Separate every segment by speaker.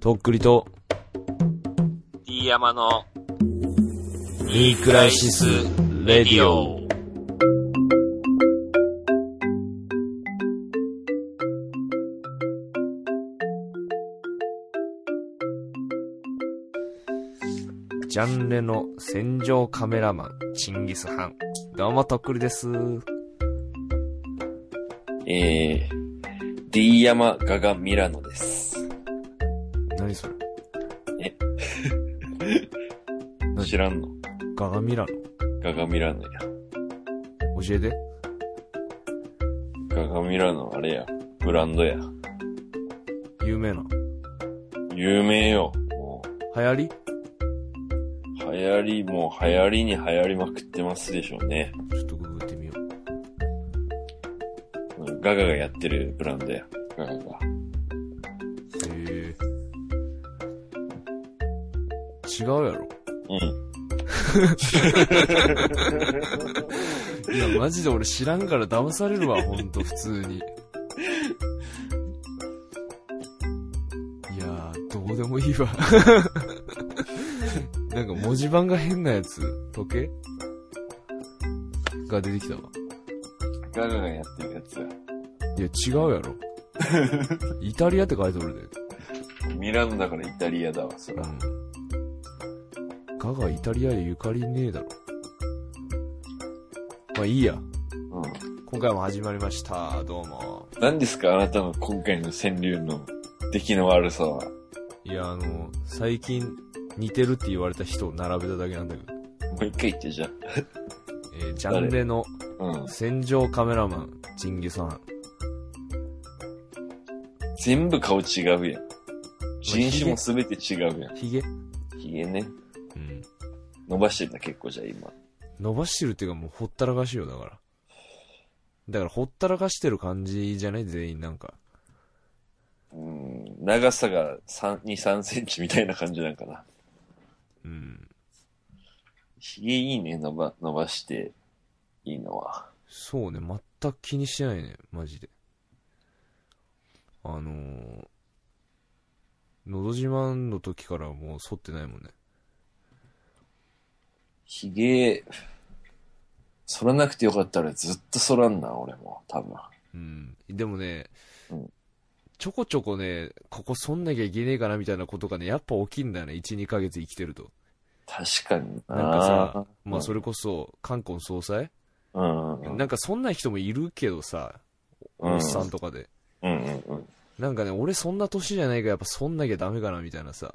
Speaker 1: とっくりと、
Speaker 2: D 山の
Speaker 1: ニークライシス・レディオ。ジャンレの戦場カメラマン、チンギス・ハン。どうも、とっくりです。
Speaker 3: えー、D 山ガガミラノです。
Speaker 1: 何それ何
Speaker 3: 知らんの
Speaker 1: ガガミラ
Speaker 3: ガガミラノや。
Speaker 1: の教えて。
Speaker 3: ガガミラノあれや。ブランドや。
Speaker 1: 有名な。
Speaker 3: 有名よ。も
Speaker 1: 流行り
Speaker 3: う、流行り、もう流行りに流行りまくってますでしょうね。
Speaker 1: ちょっとググってみよう。
Speaker 3: ガガがやってるブランドや。ガガ
Speaker 1: へ
Speaker 3: が。
Speaker 1: え。違うやろ
Speaker 3: うん。
Speaker 1: いや、マジで俺知らんから騙されるわ、ほんと、普通に。いやー、どうでもいいわ。 なんか文字盤が変なやつ、時計が出てきたわ。
Speaker 3: ガガがやってるやつや。
Speaker 1: いや、違うやろ。イタリアって書いておるで。
Speaker 3: ミラノだからイタリアだわ、そら。
Speaker 1: うん。ガがイタリアへゆかりねえだろ。まあいいや。
Speaker 3: う
Speaker 1: 今回も始まりました。どうも。
Speaker 3: ん。何ですかあなたの今回の川柳の出来の悪さは。
Speaker 1: いや、あの、最近似てるって言われた人を並べただけなんだけど、
Speaker 3: もう一回言ってじゃあ。
Speaker 1: えージャンレの
Speaker 3: うん。
Speaker 1: 戦場カメラマン、チンギさん。
Speaker 3: 全部顔違うやん。人種もすべて違うや
Speaker 1: ヒゲ
Speaker 3: ん。ヒゲね。
Speaker 1: うん。
Speaker 3: 伸ばしてた結構じゃあ今。
Speaker 1: 伸ばしてるっていうかもうほったらかしよ、だから。だからほったらかしてる感じじゃない全員なんか。
Speaker 3: うん、長さが3 2、3センチみたいな感じなんかな。
Speaker 1: うん。
Speaker 3: ひげいいね、伸ば、伸ばして、いいのは。
Speaker 1: そうね、全く気にしてないね、マジで。あのー、のど自慢の時からもう剃ってないもんね。
Speaker 3: ひげ、剃らなくてよかったらずっと剃らんな、俺も。多分。
Speaker 1: うん。でもね
Speaker 3: うん、
Speaker 1: ちょこちょこね、ここそんなきゃいけねえかなみたいなことがね、やっぱ起きんだよね。1、2ヶ月生きてると。
Speaker 3: 確かにな。
Speaker 1: なんかさ、まあそれ
Speaker 3: れ、
Speaker 1: こそ、韓国総裁
Speaker 3: うん。うん。
Speaker 1: なんかそんな人もいるけどさ、おっさんとかで。
Speaker 3: うんうんうん。
Speaker 1: なんかね、俺そんな年じゃないからやっぱそんなきゃダメかなみたいなさ。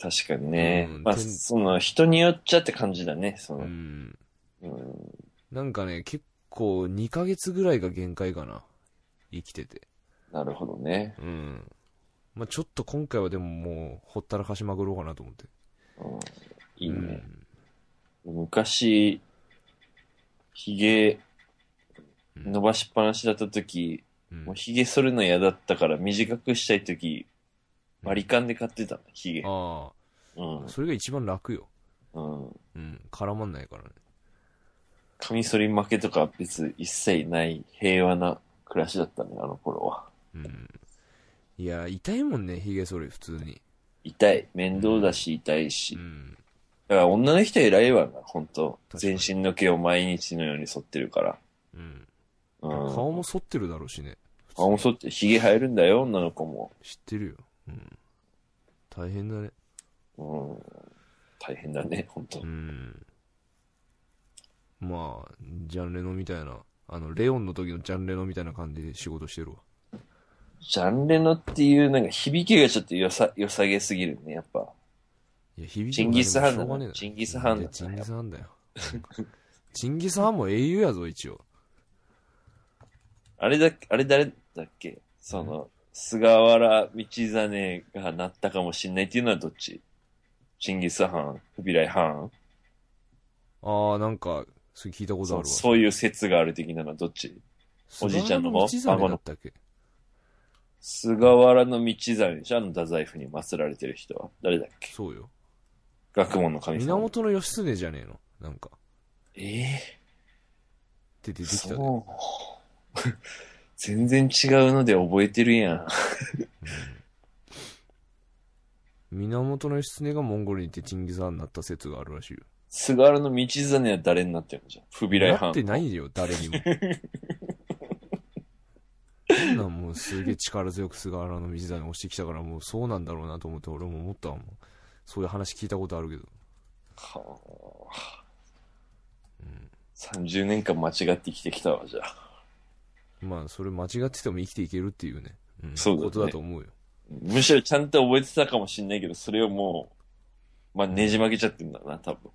Speaker 3: 確かにね。
Speaker 1: うん
Speaker 3: まあ、
Speaker 1: 全
Speaker 3: その、人によっちゃって感じだね、そうの。
Speaker 1: ん。
Speaker 3: うん
Speaker 1: なんかね、結構2ヶ月ぐらいが限界かな。生きてて。
Speaker 3: なるほどね。
Speaker 1: うん。まあちょっと今回はでももう、ほったらかしまくろうかなと思って。
Speaker 3: うん。いいね。
Speaker 1: うん
Speaker 3: 昔、ひげ
Speaker 1: うん
Speaker 3: 伸ばしっぱなしだった時、
Speaker 1: うん
Speaker 3: もうひげ剃るの嫌だったから短くしたい時、バリカンで買ってたの、ひげ。
Speaker 1: あ
Speaker 3: う
Speaker 1: あ、。
Speaker 3: ん
Speaker 1: それが一番楽よ。
Speaker 3: う
Speaker 1: う
Speaker 3: ん。
Speaker 1: ん、絡まんないからね。
Speaker 3: カミソリ負けとか別に一切ない平和な暮らしだったね、あの頃は。
Speaker 1: うん。いや、痛いもんね、ヒゲ剃り、普通に。
Speaker 3: 痛い。面倒だし痛いし。
Speaker 1: うん。
Speaker 3: だから女の人偉いわな、本当
Speaker 1: 確か
Speaker 3: 全
Speaker 1: に
Speaker 3: 身の毛を毎日のように剃ってるから。
Speaker 1: うん。
Speaker 3: うん。
Speaker 1: 顔も剃ってるだろうしね。
Speaker 3: 顔も剃って、ひげ生えるんだよ、女の子も。
Speaker 1: 知ってるよ。うん。大変だね。
Speaker 3: うん。大変だね、本当
Speaker 1: うん。まあ、ジャンレノみたいな、あの、レオンの時のジャンレノみたいな感じで仕事してるわ。
Speaker 3: ジャンレノっていう、なんか響きがちょっと良さ、良さげすぎるね、やっぱ。
Speaker 1: いや、響
Speaker 3: チ
Speaker 1: き
Speaker 3: ン
Speaker 1: も何も
Speaker 3: ギスハンだ
Speaker 1: しょうがねえ
Speaker 3: な。チンギスハ
Speaker 1: い
Speaker 3: ンだ
Speaker 1: や
Speaker 3: な。
Speaker 1: チンギスハンだよ。チンギスハンも英雄やぞ、一応。
Speaker 3: あれだっけ、あれ誰だっけその、菅原道真がなったかもしんないっていうのはどっちチンギスハン、フビライハン
Speaker 1: ああ、なんか、それ聞いたことあ
Speaker 3: そ
Speaker 1: る
Speaker 3: う
Speaker 1: わ。
Speaker 3: そういう説がある的なのはどっちおじいちゃんの方
Speaker 1: 菅原道真だったっけ
Speaker 3: 菅原道真でしょあの太宰府に祀られてる人は。誰だっけ
Speaker 1: そうよ。
Speaker 3: 学問の神様。
Speaker 1: 源義経じゃねえのなんか。
Speaker 3: ええ
Speaker 1: って出てきたね。
Speaker 3: そう。 全然違うので覚えてるやん。
Speaker 1: 源義経がモンゴルに行ってチンギスハンになった説があるらしいよ。
Speaker 3: 菅原の道真は誰になってるのじゃん。不備来
Speaker 1: な
Speaker 3: 藩
Speaker 1: って。ないよ、誰にも。そんなんもうすげえ力強く菅原の道真に押してきたから、もうそうなんだろうなと思って俺も思ったわもん。そういう話聞いたことあるけど。
Speaker 3: はあ30年間間違って生きてきたわ、じゃあ。
Speaker 1: まあ、それ間違ってても生きていけるっていうね。うん、
Speaker 3: そうだね
Speaker 1: ことだと思うよ。
Speaker 3: むしろちゃんと覚えてたかもしんないけど、それをもう、まあ、ねじ曲げちゃってんだな、多分。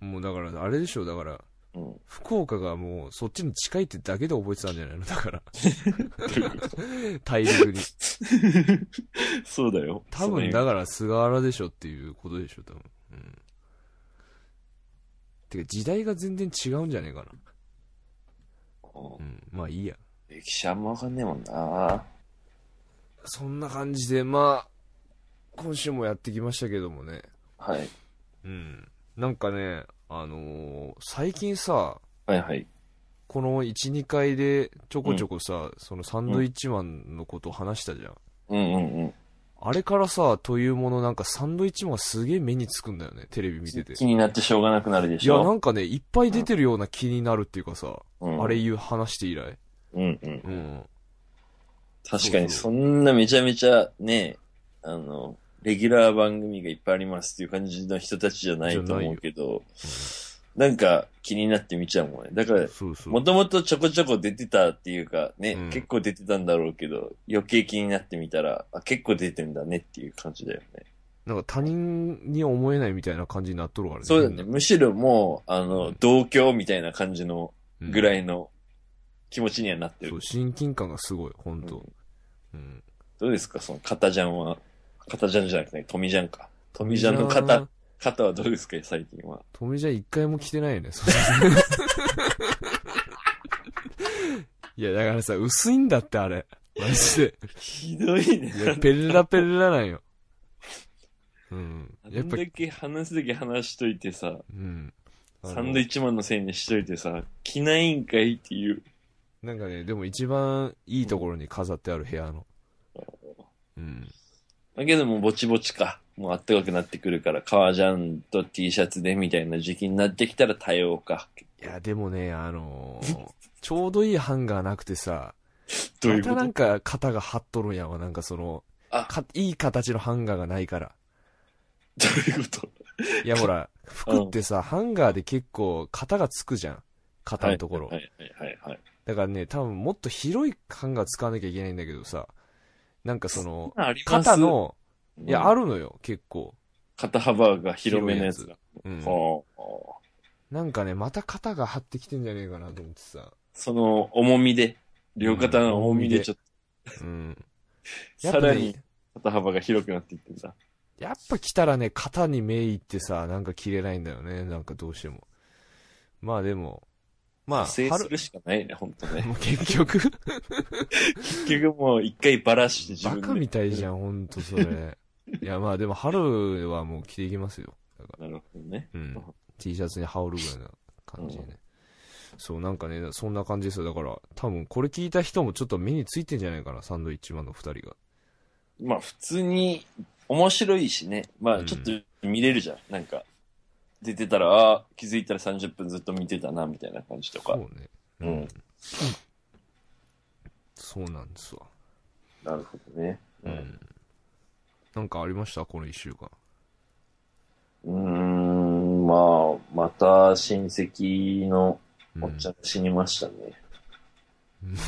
Speaker 1: うん。もうだから、あれでしょ、だから、
Speaker 3: うん。
Speaker 1: 福岡がもうそっちに近いってだけで覚えてたんじゃないの だから、大陸 に。
Speaker 3: そうだよ。
Speaker 1: 多分だから菅原でしょっていうことでしょ、多分。うん。てか時代が全然違うんじゃねえかな。。
Speaker 3: そういうん
Speaker 1: まあいいや。
Speaker 3: 歴史あんまわかんねえもんな。
Speaker 1: そんな感じで、まあ、今週もやってきましたけどもね。
Speaker 3: はい。
Speaker 1: うん。なんかね、あのー最近さ、
Speaker 3: はいはい。
Speaker 1: この1、2回でちょこちょこさ、そのサンドイッチマンのことを話したじゃん。
Speaker 3: うんうんうん。
Speaker 1: あれからさ、というものなんかサンドイッチマンがすげえ目につくんだよね、テレビ見てて。
Speaker 3: 気になってしょうがなくなるで
Speaker 1: い
Speaker 3: し
Speaker 1: や、な
Speaker 3: ょ。
Speaker 1: んかね、いっぱい出てるような気になるっていうかさ、
Speaker 3: うん
Speaker 1: あれ言う話して以来。
Speaker 3: うんう
Speaker 1: う
Speaker 3: ん。
Speaker 1: ん。
Speaker 3: 確かに、
Speaker 1: そ
Speaker 3: そんなめちゃめちゃね、あの、レギュラー番組がいっぱいありますっていう感じの人たちじゃないと思うけど、なんか気になって見ちゃうもんね。だから、
Speaker 1: そうそう。
Speaker 3: もともとちょこちょこ出てたっていうかね、
Speaker 1: うん
Speaker 3: 結構出てたんだろうけど、余計気になってみたら、あ、結構出てんだねっていう感じだよね。
Speaker 1: なんか他人に思えないみたいな感じになっとるからね。
Speaker 3: そうだね。。むしろもう、あの、同居みたいな感じのぐ
Speaker 1: い。
Speaker 3: らいの気持ちにはなってる。
Speaker 1: そう、親近感がすごい、ほん
Speaker 3: う
Speaker 1: と
Speaker 3: ん。
Speaker 1: うん。
Speaker 3: どうですかその、肩ジャンは。肩ジャンじゃなくて、トミジャンか。トミジャンの肩、。肩はどうですか最近は。
Speaker 1: トミジャン一回も着てないよね、そう いや、だからさ、薄いんだって、あれ。マジで。
Speaker 3: ひどいね
Speaker 1: い。や、ペラペラなんよ。うん。や
Speaker 3: や
Speaker 1: っ
Speaker 3: っ
Speaker 1: ぱ
Speaker 3: ぱ、だけ話すだけ話しといてさ、
Speaker 1: うん。あの
Speaker 3: サンドイッチマンのせいにしといてさ、着ないんかいっていう。
Speaker 1: なんかね、でも一番いいところに飾ってある部屋の。うん。
Speaker 3: だけども、ぼちぼちか。もう暖かくなってくるから、革ジャンと T シャツでみたいな時期になってきたら対応か。
Speaker 1: いや、でもね、あ のーちょうどいいハンガーなくてさ、
Speaker 3: どういう
Speaker 1: ま
Speaker 3: こ
Speaker 1: たなん
Speaker 3: と
Speaker 1: か肩が張っとるんやわ、なんかその、
Speaker 3: あ
Speaker 1: かいい形のハンガーがないから。
Speaker 3: どういうこと
Speaker 1: いや、ほら、服ってさ、ハンガーで結構肩がつくじゃん。肩のところ。
Speaker 3: はいはいはいはい。
Speaker 1: だからね、多分もっと広いハンガー使わなきゃいけないんだけどさ、なんかその、
Speaker 3: あります
Speaker 1: 肩、の、いや、あ
Speaker 3: る。
Speaker 1: るのよ、結構。
Speaker 3: 肩幅が広めのやつだ。
Speaker 1: うん。
Speaker 3: はあ。
Speaker 1: なんかね、また肩が張ってきてんじゃねえかなと思ってさ。
Speaker 3: その重みで、両肩の重みで
Speaker 1: うん
Speaker 3: ちょっ
Speaker 1: うん。
Speaker 3: と、
Speaker 1: やっ
Speaker 3: さ
Speaker 1: ぱ
Speaker 3: らに
Speaker 1: ね、
Speaker 3: 肩幅が広くなっていってんだ。
Speaker 1: やっぱ来たらね、肩に目いってさ、なんか着れないんだよね、なんかどうしても。まあでも、まあ、
Speaker 3: 制
Speaker 1: 春
Speaker 3: するしかないね、ほんとね。
Speaker 1: もう結局、
Speaker 3: 結局もう一回バラして自
Speaker 1: バ
Speaker 3: 分で。
Speaker 1: カみたいじ
Speaker 3: ゃ
Speaker 1: ゃん、ほんとそれ。いや、まあでも春はもう着ていきますよ。だから
Speaker 3: ん。なるほどね。
Speaker 1: うん、T シャツに羽織るぐらいな感じでね、
Speaker 3: う
Speaker 1: そうなんかねそんな感じですよだから多分これ聞いた人もちょっと目についてんじゃないかなサンドイッチマンの2人が
Speaker 3: まあ普通に面白いしね。ま
Speaker 1: う
Speaker 3: あ
Speaker 1: ん
Speaker 3: ちょっと見れるじゃん。なんか、出てたら、ああ、気づいたら30分ずっと見てたな、みたいな感じと
Speaker 1: そ
Speaker 3: か
Speaker 1: う。ね
Speaker 3: うん
Speaker 1: そうなんですわ
Speaker 3: なるほどね。
Speaker 1: うん、なんかありましたこの1週間
Speaker 3: うん、まあ、また親戚のおっちゃんが死にましたね。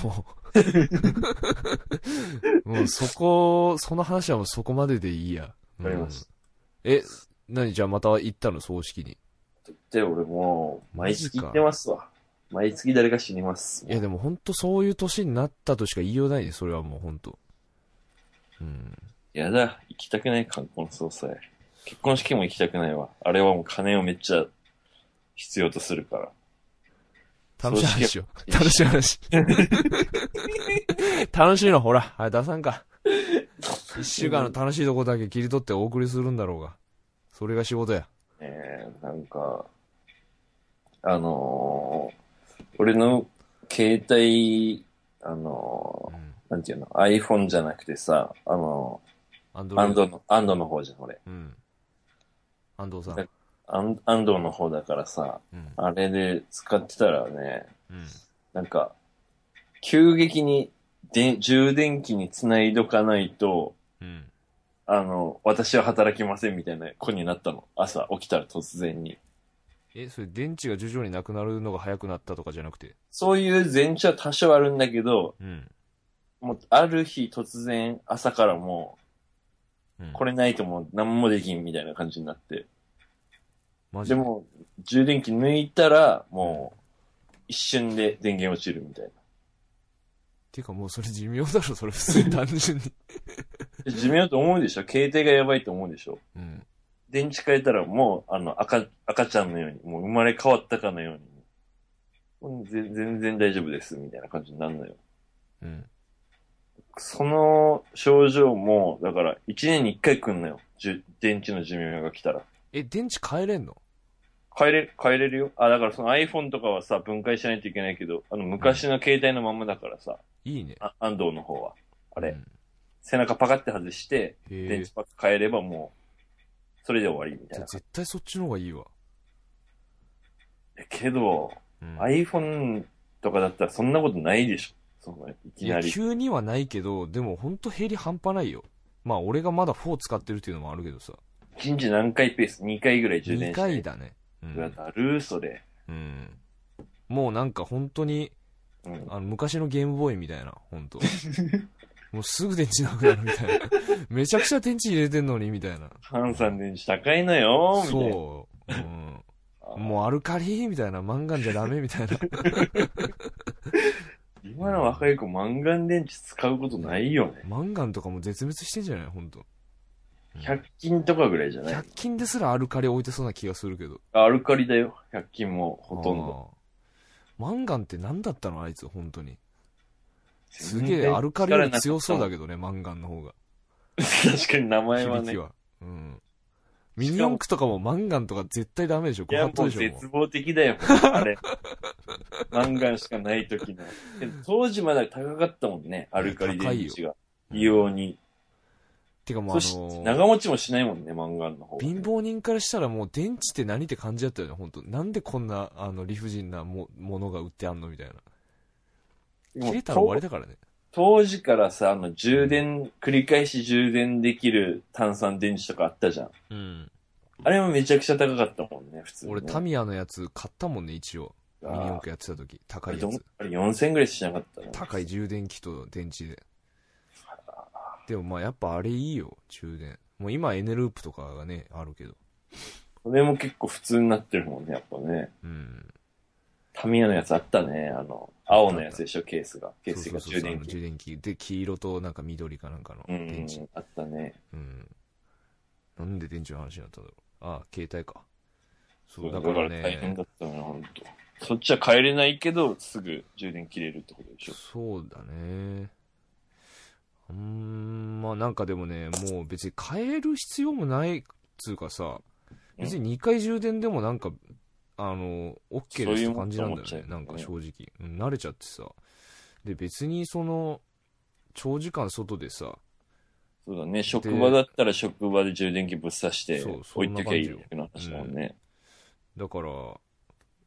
Speaker 1: もう もうそこその話はもうそこまででいいや
Speaker 3: わかりまし
Speaker 1: うんえ何じゃあまた行ったの葬式に
Speaker 3: って、俺もう、毎月行ってますわ。毎月誰か死にます。
Speaker 1: いやでも本当そういう年になったとしか言いようないね、それはもう本当。うん。
Speaker 3: やだ、行きたくない、冠婚葬祭。結婚式も行きたくないわ。あれはもう金をめっちゃ必要とするから。
Speaker 1: 楽しい話よ。
Speaker 3: 式は
Speaker 1: 楽しい 話。楽しいの、ほら、あれ出さんか。一週間の楽しいとこだけ切り取ってお送りするんだろうが。それが仕事や。
Speaker 3: えー、なんか、あのー俺の携帯、あの
Speaker 1: うん。
Speaker 3: ーなんていうの、iPhone じゃなくてさ、あのー
Speaker 1: 安藤
Speaker 3: 安藤の、安藤の方じゃん、俺。
Speaker 1: うん。安藤さん。
Speaker 3: 安安藤の方だからさ、
Speaker 1: うん。
Speaker 3: あれで使ってたらね、
Speaker 1: うん。
Speaker 3: なんか、急激にで充電器につないどかないと、
Speaker 1: うん。
Speaker 3: あの、私は働きませんみたいな子になったの。朝起きたら突然に。
Speaker 1: え、それ電池が徐々になくなるのが早くなったとかじゃなくて。
Speaker 3: そういう前兆は多少あるんだけど、
Speaker 1: うん。
Speaker 3: もうある日突然朝からも
Speaker 1: うん、
Speaker 3: う、これないともう何もできんみたいな感じになって。
Speaker 1: マジ
Speaker 3: で
Speaker 1: で
Speaker 3: も、充電器抜いたら、もう、一瞬で電源落ちるみたいな。
Speaker 1: ていうかもうそれ寿命だろ、それ普通に単純に。
Speaker 3: 寿命と思うでしょ携帯がやばいと思うでしょ
Speaker 1: うん。
Speaker 3: 電池変えたらもう、あの、赤、赤ちゃんのように、もう生まれ変わったかのように。うんぜ全然大丈夫です、みたいな感じになるのよ。
Speaker 1: うん。
Speaker 3: その症状も、だから、1年に1回来んのよ。じゅ電池の寿命が来たら。
Speaker 1: え、電池変えれんの
Speaker 3: 変えれ、変えれるよ。あ、だからその iPhone とかはさ、分解しないといけないけど、あの、昔の携帯のままだからさ、
Speaker 1: いいね。
Speaker 3: あ安藤の方は。あれ、
Speaker 1: うん
Speaker 3: 背中パカって外して、電
Speaker 1: へえ
Speaker 3: 池。パック変えればもう、それで終わりみ
Speaker 1: じ
Speaker 3: たい
Speaker 1: ゃ
Speaker 3: な
Speaker 1: あ。絶対そっちの方がいいわ。
Speaker 3: けど、
Speaker 1: うん。
Speaker 3: iPhone とかだったらそんなことないでしょ。そのい
Speaker 1: い
Speaker 3: きな
Speaker 1: や、
Speaker 3: り。
Speaker 1: 急にはないけど、でもほんと減り半端ないよ。まあ俺がまだ4使ってるっていうのもあるけどさ。
Speaker 3: 1日何回ペース ?2 回ぐらい充
Speaker 1: 2
Speaker 3: 電して。
Speaker 1: 回だね。う
Speaker 3: だ
Speaker 1: ん。
Speaker 3: ったルーソで。
Speaker 1: うん。もうなんか本当に、
Speaker 3: うん。
Speaker 1: あの昔のゲームボーイみたいな、本 当もうすぐ電池なくなるみたいな。めちゃくちゃ電池入れてんのに、みたいな。
Speaker 3: ハンさん電池高いのよ、みたいな。
Speaker 1: そう。うん。
Speaker 3: あ
Speaker 1: もうアルカリみたいな、マンガンじゃダメみたい な。
Speaker 3: 今の若い子、マンガン電池使うことないよね。
Speaker 1: マンガンとかも絶滅してんじゃないほんと。
Speaker 3: 100均とかぐらいじゃない
Speaker 1: 100均ですらアルカリ置いてそうな気がするけど。
Speaker 3: アルカリだよ、100均もほとんど。
Speaker 1: ど。マンガンって何だったのあいつ、本当に。すげえ、アルカリよ
Speaker 3: よ
Speaker 1: り強そうだ
Speaker 3: け
Speaker 1: けどね、マンガンの方が。
Speaker 3: ど。確かに名前は
Speaker 1: 響
Speaker 3: ね
Speaker 1: き。は。うん。ミニ四駆とかもマンガンとか絶対ダメでしょ、
Speaker 3: い
Speaker 1: ご
Speaker 3: や、
Speaker 1: 法
Speaker 3: も
Speaker 1: 度
Speaker 3: う
Speaker 1: でしょ。も
Speaker 3: 絶望的だよ、あれ。マンガンしかない時の。けど当時まだ高かったもんね、アルカリ電池が。
Speaker 1: う
Speaker 3: 異様に。
Speaker 1: てかもう
Speaker 3: そ
Speaker 1: あ
Speaker 3: して、
Speaker 1: の、
Speaker 3: 長持ちもしないもんね、マンガンの方が。
Speaker 1: 貧乏人からしたらもう電池って何って感じだったよね、本当なんでこんな、あの、理不尽なもものが売ってあんのみたいな。
Speaker 3: でも
Speaker 1: 切れたら終わりだからね。
Speaker 3: 当時からさ、あの、充電、繰り返し充電できる炭酸電池とかあったじゃん。
Speaker 1: うん。
Speaker 3: あれもめちゃくちゃ高かったもんね、普通にね、
Speaker 1: 俺、タミヤのやつ買ったもんね、一応。ミニ四
Speaker 3: あー
Speaker 1: 駆やってた時。
Speaker 3: あ
Speaker 1: 高
Speaker 3: れ
Speaker 1: いや
Speaker 3: どん
Speaker 1: つ。
Speaker 3: あれ4000ぐらいしなかったの
Speaker 1: 高い充電器と電池で。でもまあやっぱあれいいよ、充電。もう今エネループとかがね、あるけど。
Speaker 3: これも結構普通になってるもんね、やっぱね。
Speaker 1: うん。
Speaker 3: タミヤのやつあったね。あの、青のやつでしょ、ケースが。ケースが
Speaker 1: そうそうそう
Speaker 3: 充
Speaker 1: そうあ
Speaker 3: 電
Speaker 1: の
Speaker 3: 器。
Speaker 1: 充電器。で、黄色となんか緑かなんかの
Speaker 3: うんう
Speaker 1: 電池。
Speaker 3: ん、あったね。
Speaker 1: うん。なんで電池の話になったんだろう。ああ、携帯か。そう、
Speaker 3: だ
Speaker 1: だ
Speaker 3: か
Speaker 1: から
Speaker 3: ら大変
Speaker 1: ね。
Speaker 3: だったのよ、ほんと。そっちは帰れないけど、すぐ充電切れるってことでしょ。
Speaker 1: そうだね。うーん、まあなんかでもね、もう別に変える必要もないっつうかさ、
Speaker 3: うん
Speaker 1: 別に2回充電でもなんか、あの、OK
Speaker 3: そう
Speaker 1: です
Speaker 3: い
Speaker 1: っ
Speaker 3: う
Speaker 1: て
Speaker 3: もん
Speaker 1: 感じなんだよ
Speaker 3: と思っ
Speaker 1: ね
Speaker 3: ちゃ。う
Speaker 1: なんか正直。うん慣れちゃってさ。で、別にその、長時間外でさ、
Speaker 3: そうだね。職場だったら職場で充電器ぶっ刺して
Speaker 1: そう、そ
Speaker 3: 置
Speaker 1: ん
Speaker 3: い
Speaker 1: な
Speaker 3: とき
Speaker 1: 感
Speaker 3: ゃ
Speaker 1: じ
Speaker 3: いい
Speaker 1: よ
Speaker 3: だけの話だもんね。
Speaker 1: だから、あ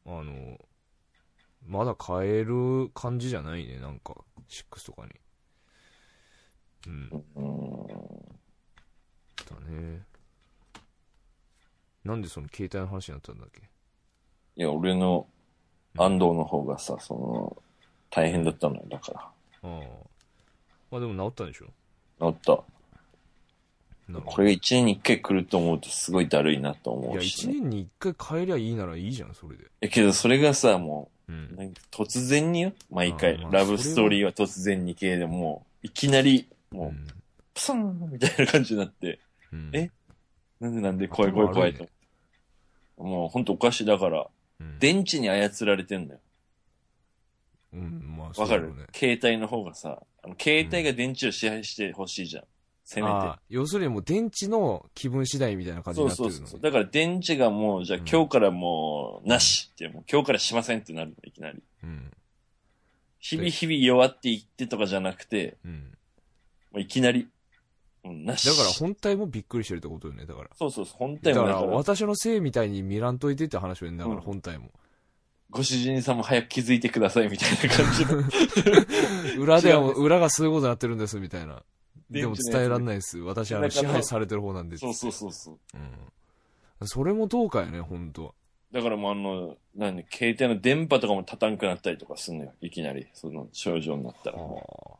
Speaker 1: の、まだ変える感じじゃないね、なんか、6とかに。うん。
Speaker 3: うん。
Speaker 1: だねなんでその携帯の話になったんだっけ
Speaker 3: いや、俺の安藤の方がさ、その、大変だったのよ、だか
Speaker 1: ああまあでも治ったんでしょ
Speaker 3: ら。なった。
Speaker 1: なるほ
Speaker 3: これが1年に1回来ると思うとすごいだるいな
Speaker 1: ど
Speaker 3: と
Speaker 1: い
Speaker 3: 思
Speaker 1: や
Speaker 3: う
Speaker 1: 1
Speaker 3: し、ね。
Speaker 1: 年に1回帰りゃいいならいいじゃんそれで
Speaker 3: えけどそれがさ、も
Speaker 1: う
Speaker 3: う、
Speaker 1: ん
Speaker 3: なんか突然によ、毎回、
Speaker 1: あーまあ
Speaker 3: ラブストーリーは突然に系でもう、いきなり、
Speaker 1: う
Speaker 3: もう、
Speaker 1: ん
Speaker 3: プスンみたいな感じになって、
Speaker 1: うん
Speaker 3: えなんでなんで怖い怖い怖いと。もうほんとおかしい。だから、
Speaker 1: うん
Speaker 3: 電池に操られてんだよ。
Speaker 1: うんまあ
Speaker 3: わ
Speaker 1: そう
Speaker 3: か
Speaker 1: だ
Speaker 3: る、
Speaker 1: ろうね
Speaker 3: 携帯の方がさ、あの携帯が電池を支配してほしいじゃん。せめて
Speaker 1: あ。あ要するにもう電池の気分次第みたいな感じ
Speaker 3: そ
Speaker 1: に
Speaker 3: う
Speaker 1: なって
Speaker 3: そ
Speaker 1: る
Speaker 3: う
Speaker 1: の
Speaker 3: そう。だから電池がもう、じゃあ
Speaker 1: うん
Speaker 3: 今日からもう、なしって、もう今日からしませんってなるの、いきなり。
Speaker 1: うん
Speaker 3: 日々日々弱っていってとかじゃなくて、
Speaker 1: うん
Speaker 3: もういきなり、うん、なし。
Speaker 1: だから本体もびっくりしてるってことよね、だから。
Speaker 3: そうそうそう、本
Speaker 1: だ
Speaker 3: 体
Speaker 1: か
Speaker 3: もだ
Speaker 1: ら
Speaker 3: から、
Speaker 1: 私のせいみたいに見らんといてって話よね、だか
Speaker 3: うん
Speaker 1: ら本体も。
Speaker 3: ご主人様早く気づいてくださいみたいな感じ の。
Speaker 1: 裏ではも
Speaker 3: 違うんで
Speaker 1: う、裏がすごいことになってるんです、みたいな。
Speaker 3: 電池
Speaker 1: で
Speaker 3: の
Speaker 1: も
Speaker 3: やつね
Speaker 1: 伝えられないです。私、あ
Speaker 3: な
Speaker 1: の、
Speaker 3: んか
Speaker 1: 支
Speaker 3: の
Speaker 1: 配されてる方なんで。
Speaker 3: そうそうそうそう。
Speaker 1: うん。それもどうかよね、本当は。
Speaker 3: だからもうあの、何、携帯の電波とかも立たんくなったりとかすんのよ。いきなり、その症状になったら。
Speaker 1: そ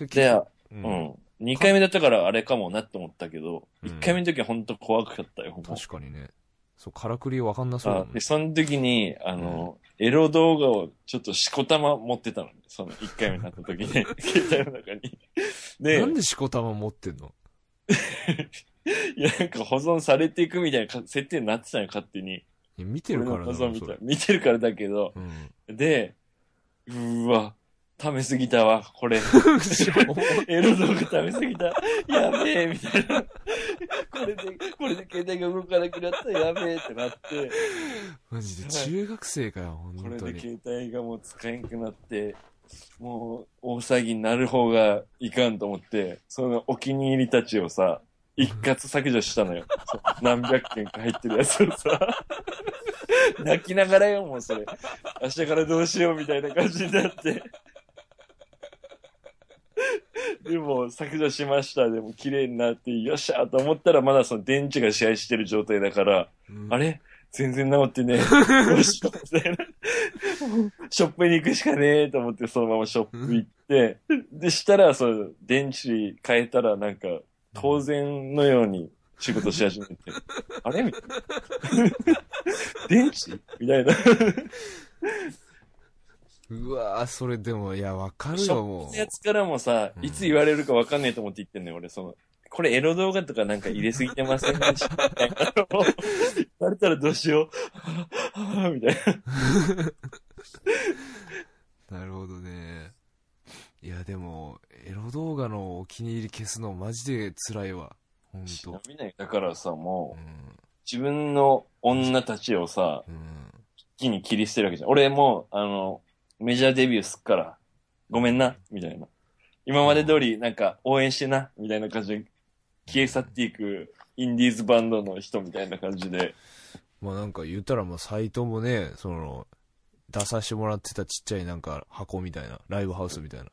Speaker 1: れ結
Speaker 3: で、
Speaker 1: 構う。
Speaker 3: うんん。2回目だったからあれかもなって思ったけど、
Speaker 1: うん
Speaker 3: 1回目の時は本当怖かったよ、ほんま
Speaker 1: 確かにね。そう、からくりわかんなそうだも
Speaker 3: あ
Speaker 1: ん
Speaker 3: で、
Speaker 1: ね。
Speaker 3: その時に、あの、エロ動画をちょっとしこたま持ってたのね。その1回目になった 時に、携帯の中に。で、
Speaker 1: なんでしこたま持ってんの
Speaker 3: いや、なんか保存されていくみたいなか設定になってたのよ、勝手に。
Speaker 1: いや見てるからだ
Speaker 3: 俺の
Speaker 1: ろ、
Speaker 3: 保存み
Speaker 1: そ
Speaker 3: たい
Speaker 1: れ
Speaker 3: な。。見てるからだけど、
Speaker 1: うん。
Speaker 3: で、うーわ、ためすぎたわ、これ。エロ動画食べ過ぎた。やべえ、みたいな。これで、これで携帯が動かなくなったらやべえってなって、
Speaker 1: マジで、中学生かよ、本
Speaker 3: これ
Speaker 1: 当
Speaker 3: で
Speaker 1: に。
Speaker 3: 携帯がもう使えんくなって、もう大騒ぎになる方がいかんと思って、そのお気に入りたちをさ、一括削除したの よ。そう何百件か入ってるやつをさ。泣きながらよ、もうそれ。明日からどうしようみたいな感じになって。でも、削除しました。でも、綺麗になって、よっしゃーと思ったら、まだその電池が支配してる状態だから、
Speaker 1: うん
Speaker 3: あれ全然治って ねえ。 どうしようみたいな。ショップに行くしかねえと思って、そのままショップ 行って、で、したら、その、電池変えたら、なんか、当然のように仕事し始めて、 あれみたいな。電池みたいな。
Speaker 1: うわぁ、それでも、いや、わかる
Speaker 3: シ
Speaker 1: よ、
Speaker 3: ョッ
Speaker 1: も
Speaker 3: プのや
Speaker 1: う。
Speaker 3: つからもさ、
Speaker 1: うん
Speaker 3: いつ言われるかわかんねえと思って言ってんのよ、俺、その、これエロ動画とかなんか入れすぎて ませんでしたみたいなのを言われたらどうしよう。 はぁはぁみたいな。
Speaker 1: なるほどね。いや、でも、エロ動画のお気に入り消すの、マジで辛いわ。本
Speaker 3: 忍
Speaker 1: 当。
Speaker 3: びないだからさ、も
Speaker 1: う
Speaker 3: う、
Speaker 1: ん。
Speaker 3: 自分の女たちをさ、
Speaker 1: うん。
Speaker 3: 一気に切り捨てるわけじゃん。俺もう、あの、メジャーデビューすっから、ごめんな、みたいな。今まで通り、なんか、応援してな、みたいな感じで、消え去っていく、インディーズバンドの人みたいな感じで。
Speaker 1: まあなんか言ったらまあサイトもね、その、出させてもらってたちっちゃいなんか箱みたいな、ライブハウスみたいな。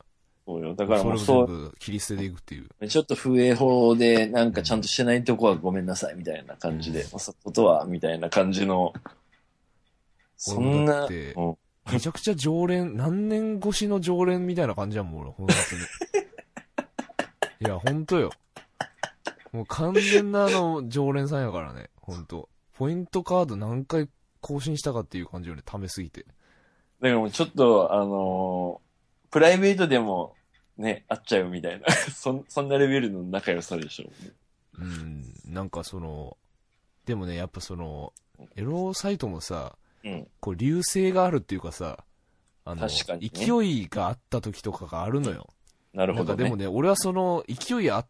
Speaker 3: そうよ。だから
Speaker 1: そ
Speaker 3: も
Speaker 1: れ
Speaker 3: う、
Speaker 1: を
Speaker 3: そ
Speaker 1: 全
Speaker 3: う、
Speaker 1: 部切り捨てていくっていう。
Speaker 3: ちょっと不衛法で、なんかちゃんとしてないとこはごめんなさい、みたいな感じで、そことは、みたいな感じの、そん
Speaker 1: 俺もだ
Speaker 3: な、
Speaker 1: って
Speaker 3: うん
Speaker 1: めちゃくちゃ常連、何年越しの常連みたいな感じやもん、俺、本 当に。いや、本当よ。もう完全なあの、常連さんやからね、本当ポイントカード何回更新したかっていう感じよね、貯めすぎて。
Speaker 3: だからもうちょっと、あのープライベートでも、ね、会っちゃうみたいな。 そん、そんなレベルの仲良さでしょ。
Speaker 1: うん、なんかその、でもね、やっぱその、エロサイトもさ、
Speaker 3: うん。
Speaker 1: こう、流星があるっていうかさ、あの、
Speaker 3: 確かにね
Speaker 1: 勢いがあった時とかがあるのよ。
Speaker 3: なる
Speaker 1: な
Speaker 3: ほ
Speaker 1: んか
Speaker 3: どね。
Speaker 1: でもね、俺はその、勢いあ、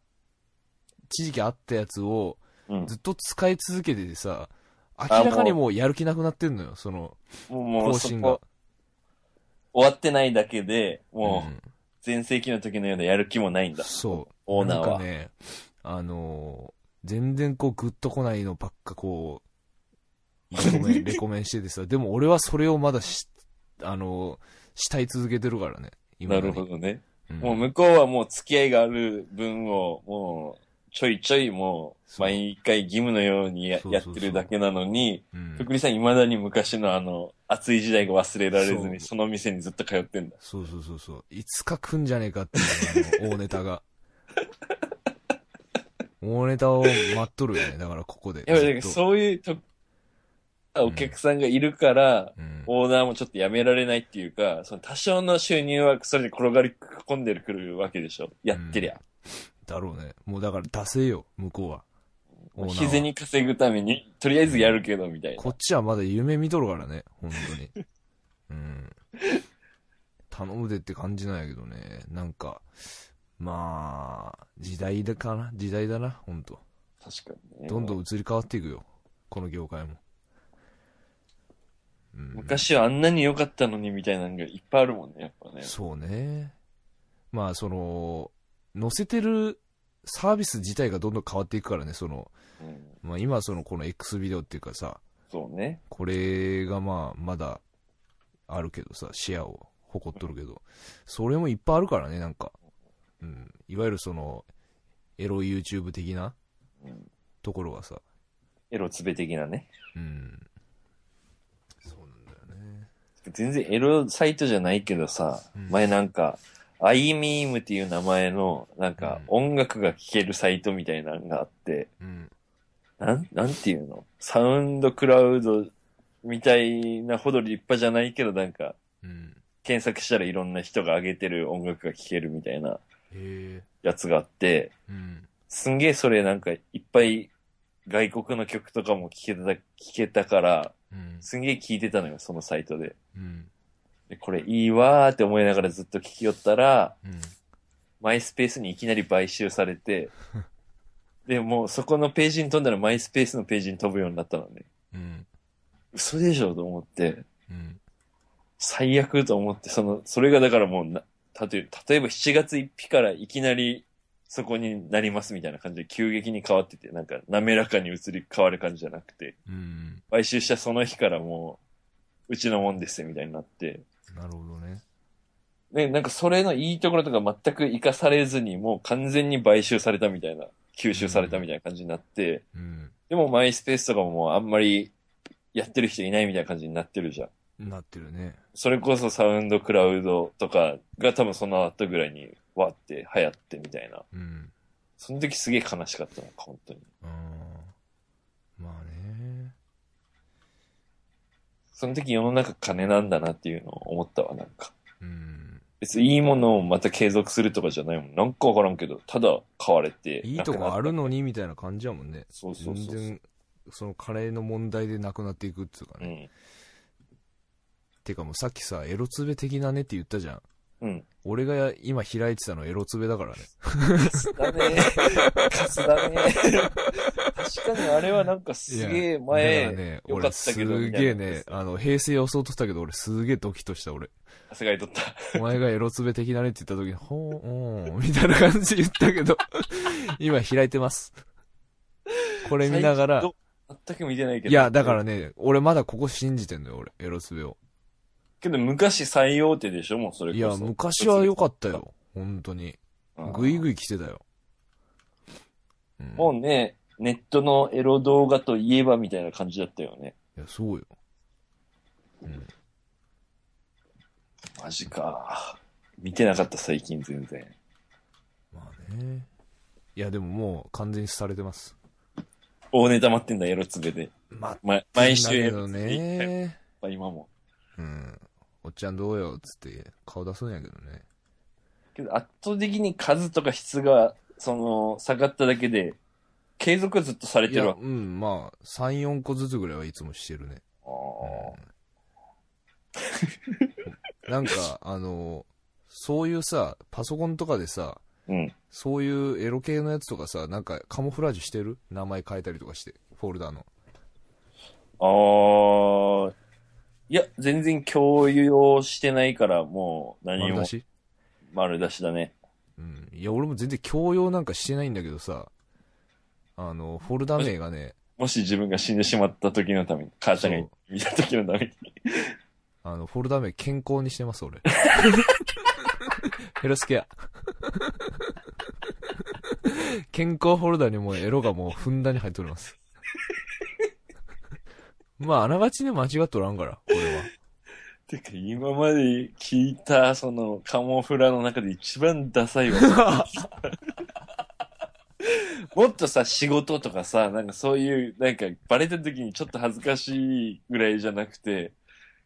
Speaker 1: 一時期あったやつを、
Speaker 3: うん
Speaker 1: ずっと使い続けててさ、
Speaker 3: もう
Speaker 1: 明らかにもうやる気なくなってんのよ、その、
Speaker 3: もう、も
Speaker 1: 更
Speaker 3: うそ
Speaker 1: 新が
Speaker 3: こ。、終わってないだけで、も
Speaker 1: う
Speaker 3: う、
Speaker 1: ん
Speaker 3: 全盛期の時のようなやる気もないんだ。
Speaker 1: そう。
Speaker 3: オーナーは
Speaker 1: なんかね、あのー全然こう、グッとこないのばっかこう、レコメ ン、レコメンしててさ、でも俺はそれをまだし、あのー、慕い続けてるからね、ま
Speaker 3: な
Speaker 1: で
Speaker 3: る
Speaker 1: に
Speaker 3: ほどね。
Speaker 1: うん
Speaker 3: もう向こうはもう付き合いがある分を、もう、ちょいちょいもう、
Speaker 1: そう
Speaker 3: 毎回義務のようにや
Speaker 1: そう
Speaker 3: や
Speaker 1: そう
Speaker 3: っ
Speaker 1: そう
Speaker 3: てるだけなのに、
Speaker 1: うん
Speaker 3: 福利さん未だに昔のあの、熱い時代が忘れられずに、
Speaker 1: そう
Speaker 3: その店にずっと通ってんだ。
Speaker 1: そうそうそうそう。いつか来んじゃねえかっていう、あの大ネタが。大ネタを待っとるよね。だからここで。
Speaker 3: やっぱ
Speaker 1: ず
Speaker 3: り
Speaker 1: っ
Speaker 3: なん
Speaker 1: と
Speaker 3: かそういうと、お客さんがいるから、
Speaker 1: うん
Speaker 3: オーナーもちょっとやめられないっていうか、その多少の収入はそれに転がり込んでくるわけでしょ。やってりゃ。
Speaker 1: だろうね。もうだから出せよ、向こうは。オーナーは
Speaker 3: 日銭稼ぐために、とりあえずやるけどみたいな。
Speaker 1: こっちはまだ夢見とるからね、本当 に。うん。頼むでって感じなんやけどね。なんか、まあ、時代だかな。時代だな、本当
Speaker 3: 確かにね。
Speaker 1: どんどん移り変わっていくよ。この業界も。うん
Speaker 3: 昔はあんなに良かったのにみたいなのがいっぱいあるもんね、やっぱね。
Speaker 1: そうね。まあ、その、載せてるサービス自体がどんどん変わっていくからね、その、
Speaker 3: うん、
Speaker 1: まあ、今そのこの X ビデオっていうかさ、
Speaker 3: そうね。
Speaker 1: これがまあ、まだ、あるけどさ、シェアを誇っとるけど、それもいっぱいあるからね、なんか。うん。いわゆるその、エロ YouTube 的な
Speaker 3: うん
Speaker 1: ところはさ、
Speaker 3: エロつべ的なね。
Speaker 1: うん。そうなんだよね。
Speaker 3: 全然エロサイトじゃないけどさ、
Speaker 1: うん
Speaker 3: 前なんか、アイミームっていう名前の、なんか、音楽が聴けるサイトみたいなのがあって、
Speaker 1: うん。
Speaker 3: なん、なんていうのサウンドクラウドみたいなほど立派じゃないけど、なんか、
Speaker 1: うん。
Speaker 3: 検索したらいろんな人が上げてる音楽が聴けるみたいな
Speaker 1: へえ。
Speaker 3: やつがあって、
Speaker 1: うん。
Speaker 3: すんげえそれなんかいっぱい外国の曲とかも聴けた、聴けたから、
Speaker 1: うん。
Speaker 3: すんげえ聴いてたのよ、そのサイトで。
Speaker 1: うん。
Speaker 3: でこれいいわーって思いながらずっと聴きよったら、
Speaker 1: うん。
Speaker 3: マイスペースにいきなり買収されて、で、もうそこのページに飛んだらマイスペースのページに飛ぶようになったのね。
Speaker 1: うん。
Speaker 3: 嘘でしょと思って、
Speaker 1: うん。
Speaker 3: 最悪と思って、その、それがだからもうな、たとえ例えば7月1日からいきなりそこになりますみたいな感じで急激に変わってて、なんか滑らかに移り変わる感じじゃなくて、
Speaker 1: うん。
Speaker 3: 買収したその日からもう、うちのもんですよみたいになって、
Speaker 1: なるほどね。
Speaker 3: ね、なんかそれのいいところとか全く活かされずに、もう完全に買収されたみたいな、吸収されたみたいな感じになって、
Speaker 1: うん。
Speaker 3: でもマイスペースとかももうあんまりやってる人いないみたいな感じになってるじゃん。
Speaker 1: なってるね。
Speaker 3: それこそサウンドクラウドとかが多分その後ぐらいにわって流行ってみたいな。
Speaker 1: うん。
Speaker 3: その時すげえ悲しかったなんか、本当に。
Speaker 1: あーまあね。
Speaker 3: その時世の中金なんだなっていうのを思ったわ、なんか。
Speaker 1: うん。
Speaker 3: 別にいいものをまた継続するとかじゃないもん。なんかわからんけど、ただ買われて。
Speaker 1: いいと
Speaker 3: なくな
Speaker 1: こ
Speaker 3: った
Speaker 1: あるのにみたいな感じやもんね。
Speaker 3: そう
Speaker 1: 全
Speaker 3: そうそうそう。
Speaker 1: 然、そのカレーの問題でなくなっていくっていうか
Speaker 3: う
Speaker 1: ね。
Speaker 3: ん。
Speaker 1: てかもうさっきさ、エロツベ的なねって言ったじゃん。
Speaker 3: うん。
Speaker 1: 俺が今開いてたのエロツベだからね。
Speaker 3: カス だね。カスだね。確かにあれはなんかすげえ
Speaker 1: だ
Speaker 3: 前、
Speaker 1: からね、
Speaker 3: よか
Speaker 1: 俺
Speaker 3: った
Speaker 1: す
Speaker 3: けどみた
Speaker 1: げえ
Speaker 3: いな
Speaker 1: ね、あの、平成をそうとしたけど俺すげえドキッとした俺。
Speaker 3: 汗がいとった。
Speaker 1: お前がエロツベ的なねって言った時に、ほーん、うーん、みたいな感じで言ったけ ど、今開いてます。これ見ながら、
Speaker 3: 最近。全く見てないけど。
Speaker 1: いや、だからね、俺まだここ信じてんのよ、俺、エロスベを。
Speaker 3: けど昔最大手でしょもうそれこ
Speaker 1: い
Speaker 3: そ。
Speaker 1: や、昔は良かったよ、本当に。
Speaker 3: うん。
Speaker 1: ぐいぐい来てたよ。うん、
Speaker 3: もうね、ネットのエロ動画といえばみたいな感じだったよね。
Speaker 1: いや、そうよ。
Speaker 3: マジか。見てなかった最近全然。
Speaker 1: まあね。いや、でももう完全にされてます。
Speaker 3: 大ネタ待ってんだ、エロつべで。
Speaker 1: まあ、
Speaker 3: ま、毎週エ
Speaker 1: け
Speaker 3: ロ
Speaker 1: ど
Speaker 3: つべ行ったよ。やっ
Speaker 1: ね。
Speaker 3: ぱ今も。
Speaker 1: うん。おっちゃんどうよ、つって顔出すんやけどね。
Speaker 3: けど圧倒的に数とか質が、その、下がっただけで、継続ずっとされ
Speaker 1: い
Speaker 3: て
Speaker 1: や、
Speaker 3: るわ。
Speaker 1: うん、まあ、3、4個ずつぐらいはいつもしてるね。
Speaker 3: あー
Speaker 1: うんなんか、 あの、そういうさ、パソコンとかでさ、
Speaker 3: うん。
Speaker 1: そういうエロ系のやつとかさ、なんかカモフラージュしてる名前変えたりとかして、フォルダの。
Speaker 3: あー。いや、全然共有をしてないから、もう何
Speaker 1: 丸
Speaker 3: も
Speaker 1: 出し
Speaker 3: 丸出しだね。
Speaker 1: うん。いや、俺も全然強要なんかしてないんだけどさ、あの、フォルダ名がね、
Speaker 3: もし自分が死んでしまった時のために、母ちゃんが見た時のために。
Speaker 1: あの、フォルダ名健康にして ます、俺。ヘルスケア。健康フォルダにもうエロがもうふんだんに入っております。まあ、あながちね、間違っとらんから、俺は。
Speaker 3: てか、今まで聞いた、その、カモフラの中で一番ダサいわ。 もっとさ、仕事とかさ、なんかそういう、なんか、バレた時にちょっと恥ずかしいぐらいじゃなくて、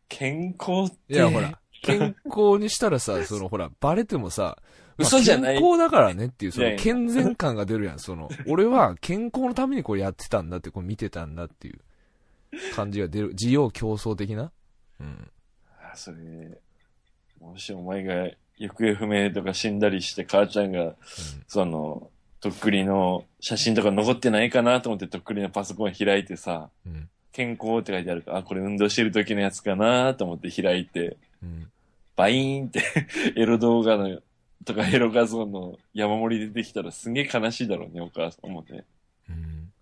Speaker 3: 健康って。
Speaker 1: いや、ほら、健康にしたらさ、そのほら、バレてもさ、まあ
Speaker 3: 嘘じゃない
Speaker 1: 健康だからねっていう、そ
Speaker 3: いや
Speaker 1: の
Speaker 3: いや
Speaker 1: 健全感が出るやん、その、俺は健康のためにこれやってたんだって、これ見てたんだっていう感じが出る。自由競争的なうん。
Speaker 3: あそれ、もしお前が行方不明とか死んだりして、母ちゃんが、その、とっくりの写真とか残ってないかなと思って、とっくりのパソコン開いてさ、
Speaker 1: うん。うん。
Speaker 3: 健康って書いてあるから、あ、これ運動してる時のやつかなと思って開いて、
Speaker 1: うん。
Speaker 3: バイーンってエロ動画のとかエロ画像の山盛り出てきたらすげえ悲しいだろうね、お母さんもね。
Speaker 1: うん。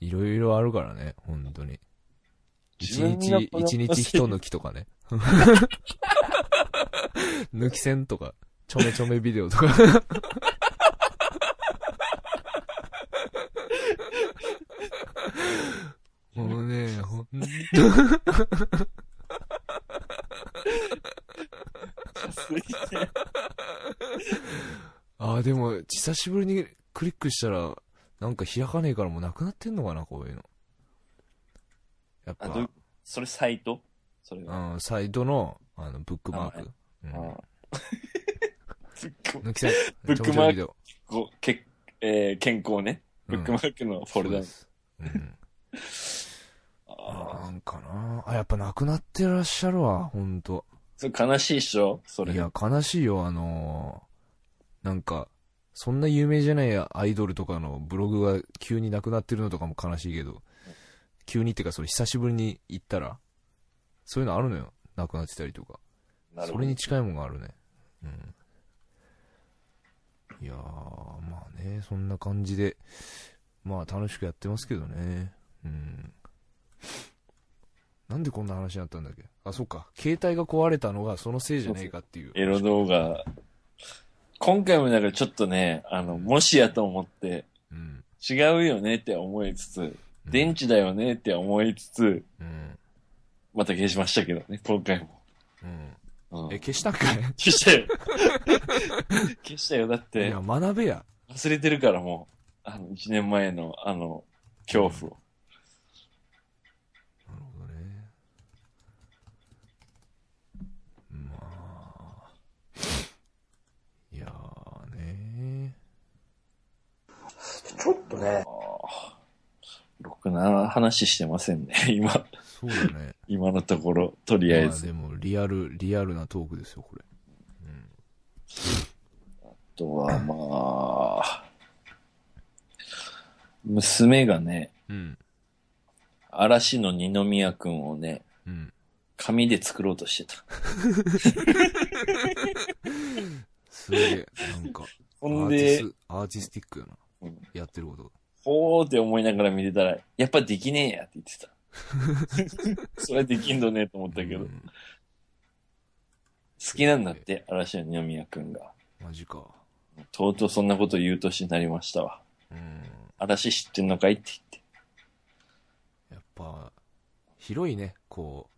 Speaker 1: いろいろあるからね、本当に。一
Speaker 3: 自分が
Speaker 1: 日、
Speaker 3: 子供の
Speaker 1: 一日一抜きとかね。 抜き線とか、ちょめちょめビデオと か。もうね、ほんと、
Speaker 3: すげえ
Speaker 1: あーでも、久しぶりにクリックしたら、なんか開かねえからもうなくなってんのかな、こういうの。やっ
Speaker 3: あど
Speaker 1: ぱ
Speaker 3: う、それサイトそれが。
Speaker 1: うん、サイドの、あの、ブックマーク。うん
Speaker 3: ああすっごい
Speaker 1: 抜き線。
Speaker 3: ブッ
Speaker 1: ち
Speaker 3: クマーク
Speaker 1: ょめちょめビデオ
Speaker 3: こうけえー健康ね。ブックマークのフォルダ。
Speaker 1: うんそうですうん
Speaker 3: ああ
Speaker 1: なんかなあ、やっぱ亡くなってらっしゃるわ、ほんと。
Speaker 3: それ悲しいっしょそれ。
Speaker 1: いや、悲しいよ、あのーなんか、そんな有名じゃないアイドルとかのブログが急に亡くなってるのとかも悲しいけど、急にってか、それ久しぶりに行ったら、そういうのあるのよ。亡くなってたりとか。
Speaker 3: なる
Speaker 1: そ
Speaker 3: ほ
Speaker 1: れ
Speaker 3: ど
Speaker 1: に近いもんがあるね。うん。いやー、まあね、そんな感じで、まあ楽しくやってますけどね。うん。なんでこんな話になったんだっけあ、そっか。携帯が壊れたのがそのせいじゃねえかっていう。
Speaker 3: エロ動画。今回もなんかちょっとね、あの、もしやと思って、
Speaker 1: うん。
Speaker 3: 違うよねって思いつつ、
Speaker 1: うん
Speaker 3: 電池だよねって思いつつ、
Speaker 1: うん。
Speaker 3: また消しましたけどね、今回
Speaker 1: うん。
Speaker 3: も。うん
Speaker 1: え、消したんかい
Speaker 3: 消したよ。 消したよ。だっ
Speaker 1: い
Speaker 3: て
Speaker 1: や、、学べや。
Speaker 3: 忘れてるからもう、あの、1年前の、あの、恐怖を。
Speaker 1: なるほどね。まあ。いやーね
Speaker 3: ろくな話してませんね、 今、
Speaker 1: そうだね。
Speaker 3: 今のところ、とりあえず。
Speaker 1: まあ、でもリアルリアルなトークですよこれ、うん、
Speaker 3: あとは、まあ、娘がね、
Speaker 1: うん
Speaker 3: 嵐の二宮くんをね、
Speaker 1: うん
Speaker 3: 紙で作ろうとしてた。
Speaker 1: すげえなんかア
Speaker 3: ほん
Speaker 1: ーテ
Speaker 3: で
Speaker 1: ィ、スアーティスティックやな、
Speaker 3: うん
Speaker 1: やってることが
Speaker 3: ほーって思いながら見てたら、やっぱできねえやって言って た。それできんのねと思ったけど、
Speaker 1: う
Speaker 3: 好
Speaker 1: ん
Speaker 3: きなんだって、嵐の二宮くんが。
Speaker 1: マジか
Speaker 3: とうとうそんなこと言う年になりましたわ。
Speaker 1: うん
Speaker 3: 嵐知ってんのかいって言って。
Speaker 1: やっぱ広いねこ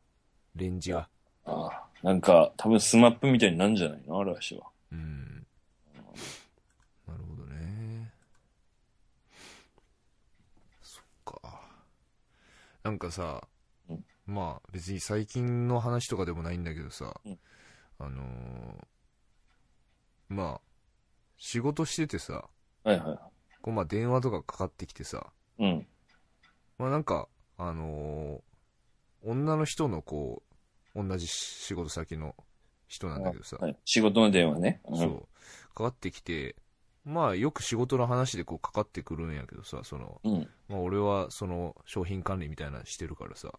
Speaker 1: うレンジが
Speaker 3: ああ、なんか、多分スマップみたいになんじゃないの嵐は。
Speaker 1: うんなるほどねそっかなんかさ、
Speaker 3: うん
Speaker 1: まあ別に最近の話とかでもないんだけどさ、
Speaker 3: うん
Speaker 1: あのーまあ仕事しててさ
Speaker 3: はいは
Speaker 1: こうまあ電話とかかかってきてさ
Speaker 3: い。うん。
Speaker 1: まあなんかあのー女の人のこう同じ仕事先の人なんだけどさ、
Speaker 3: はい、仕事の電話ね。うん、
Speaker 1: そう。かかってきて、まあよく仕事の話でこうかかってくるんやけどさ、その、
Speaker 3: うん。
Speaker 1: まあ俺はその商品管理みたいなのしてるからさ、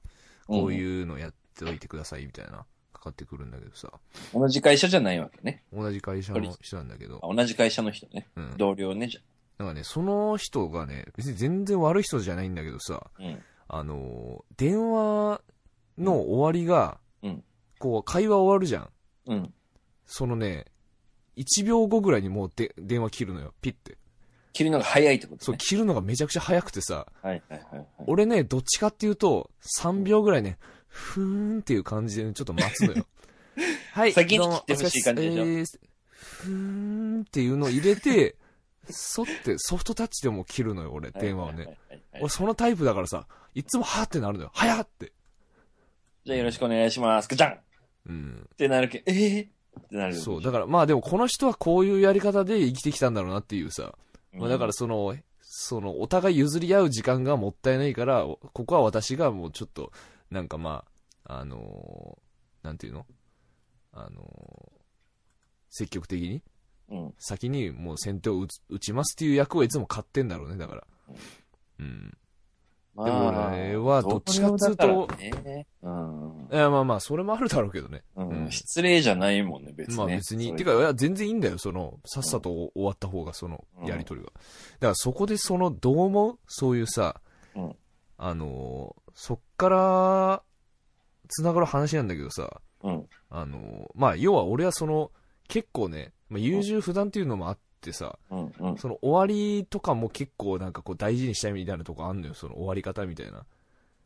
Speaker 1: こう
Speaker 3: うん。
Speaker 1: いうのやっておいてくださいみたいな、かかってくるんだけどさ、
Speaker 3: 同じ会社じゃないわけね。
Speaker 1: 同じ会社の人なんだけど、
Speaker 3: あ同じ会社の人ね。
Speaker 1: うん。だか
Speaker 3: 同僚ね、じ
Speaker 1: らね、その人がね、別に全然悪い人じゃないんだけどさ、
Speaker 3: ゃ。うん。
Speaker 1: あのー電話の終わりが、
Speaker 3: うん
Speaker 1: こう会話終わるじゃん。
Speaker 3: うん。
Speaker 1: そのね、1秒後ぐらいにもうで電話切るのよ、ピッて。
Speaker 3: 切るのが早いってこと
Speaker 1: そう、
Speaker 3: ね。
Speaker 1: 切るのがめちゃくちゃ早くてさ、
Speaker 3: はいはいはいはい。
Speaker 1: 俺ね、どっちかっていうと、3秒ぐらいね、ふーんっていう感じでね、ちょっと待つの よ。はい、
Speaker 3: 先に
Speaker 1: どうも
Speaker 3: 切ってほしい感じでしょ
Speaker 1: お疲れ様すふーんっていうのを入れて、そってソフトタッチでも切るのよ、俺、電話を
Speaker 3: は
Speaker 1: ね。
Speaker 3: いはいはいはい
Speaker 1: 俺、そのタイプだからさ、いつもはーってなるのよ。はやって。
Speaker 3: じゃあよろしくお願いします。じゃんっ
Speaker 1: うん。
Speaker 3: てなるけど、ええってなる。
Speaker 1: そう。だから、まあでも、この人はこういうやり方で生きてきたんだろうなっていうさ。まあだから、その、その、お互い譲り合う時間がもったいないから、おここは私がもうちょっと、なんかまあ、あのーなんていうのあのー積極的に、
Speaker 3: うん。
Speaker 1: 先にもう先手を打つ打ちますっていう役をいつも買ってんだろうね、だから。うん。
Speaker 3: ま
Speaker 1: でも俺はどっちかっつうと
Speaker 3: 同僚だからねうん
Speaker 1: いや、まあまあ、それもあるだろうけどね。
Speaker 3: うん、失礼じゃないもんね、別に。
Speaker 1: まあ別に。
Speaker 3: それ
Speaker 1: てか、いや全然いいんだよ、その、さっさと終わった方が、その
Speaker 3: う、ん
Speaker 1: やりとりが。だからそこでその、どう思うそういうさ、
Speaker 3: うん
Speaker 1: あのーそっから、繋がる話なんだけどさ、
Speaker 3: うん。
Speaker 1: あのーまあ要は俺はその、結構ね、まあ、優柔不断っていうのもあってさ、
Speaker 3: うん、うん。
Speaker 1: その終わりとかも結構なんかこう大事にしたいみたいなとこあんのよ、その終わり方みたいな。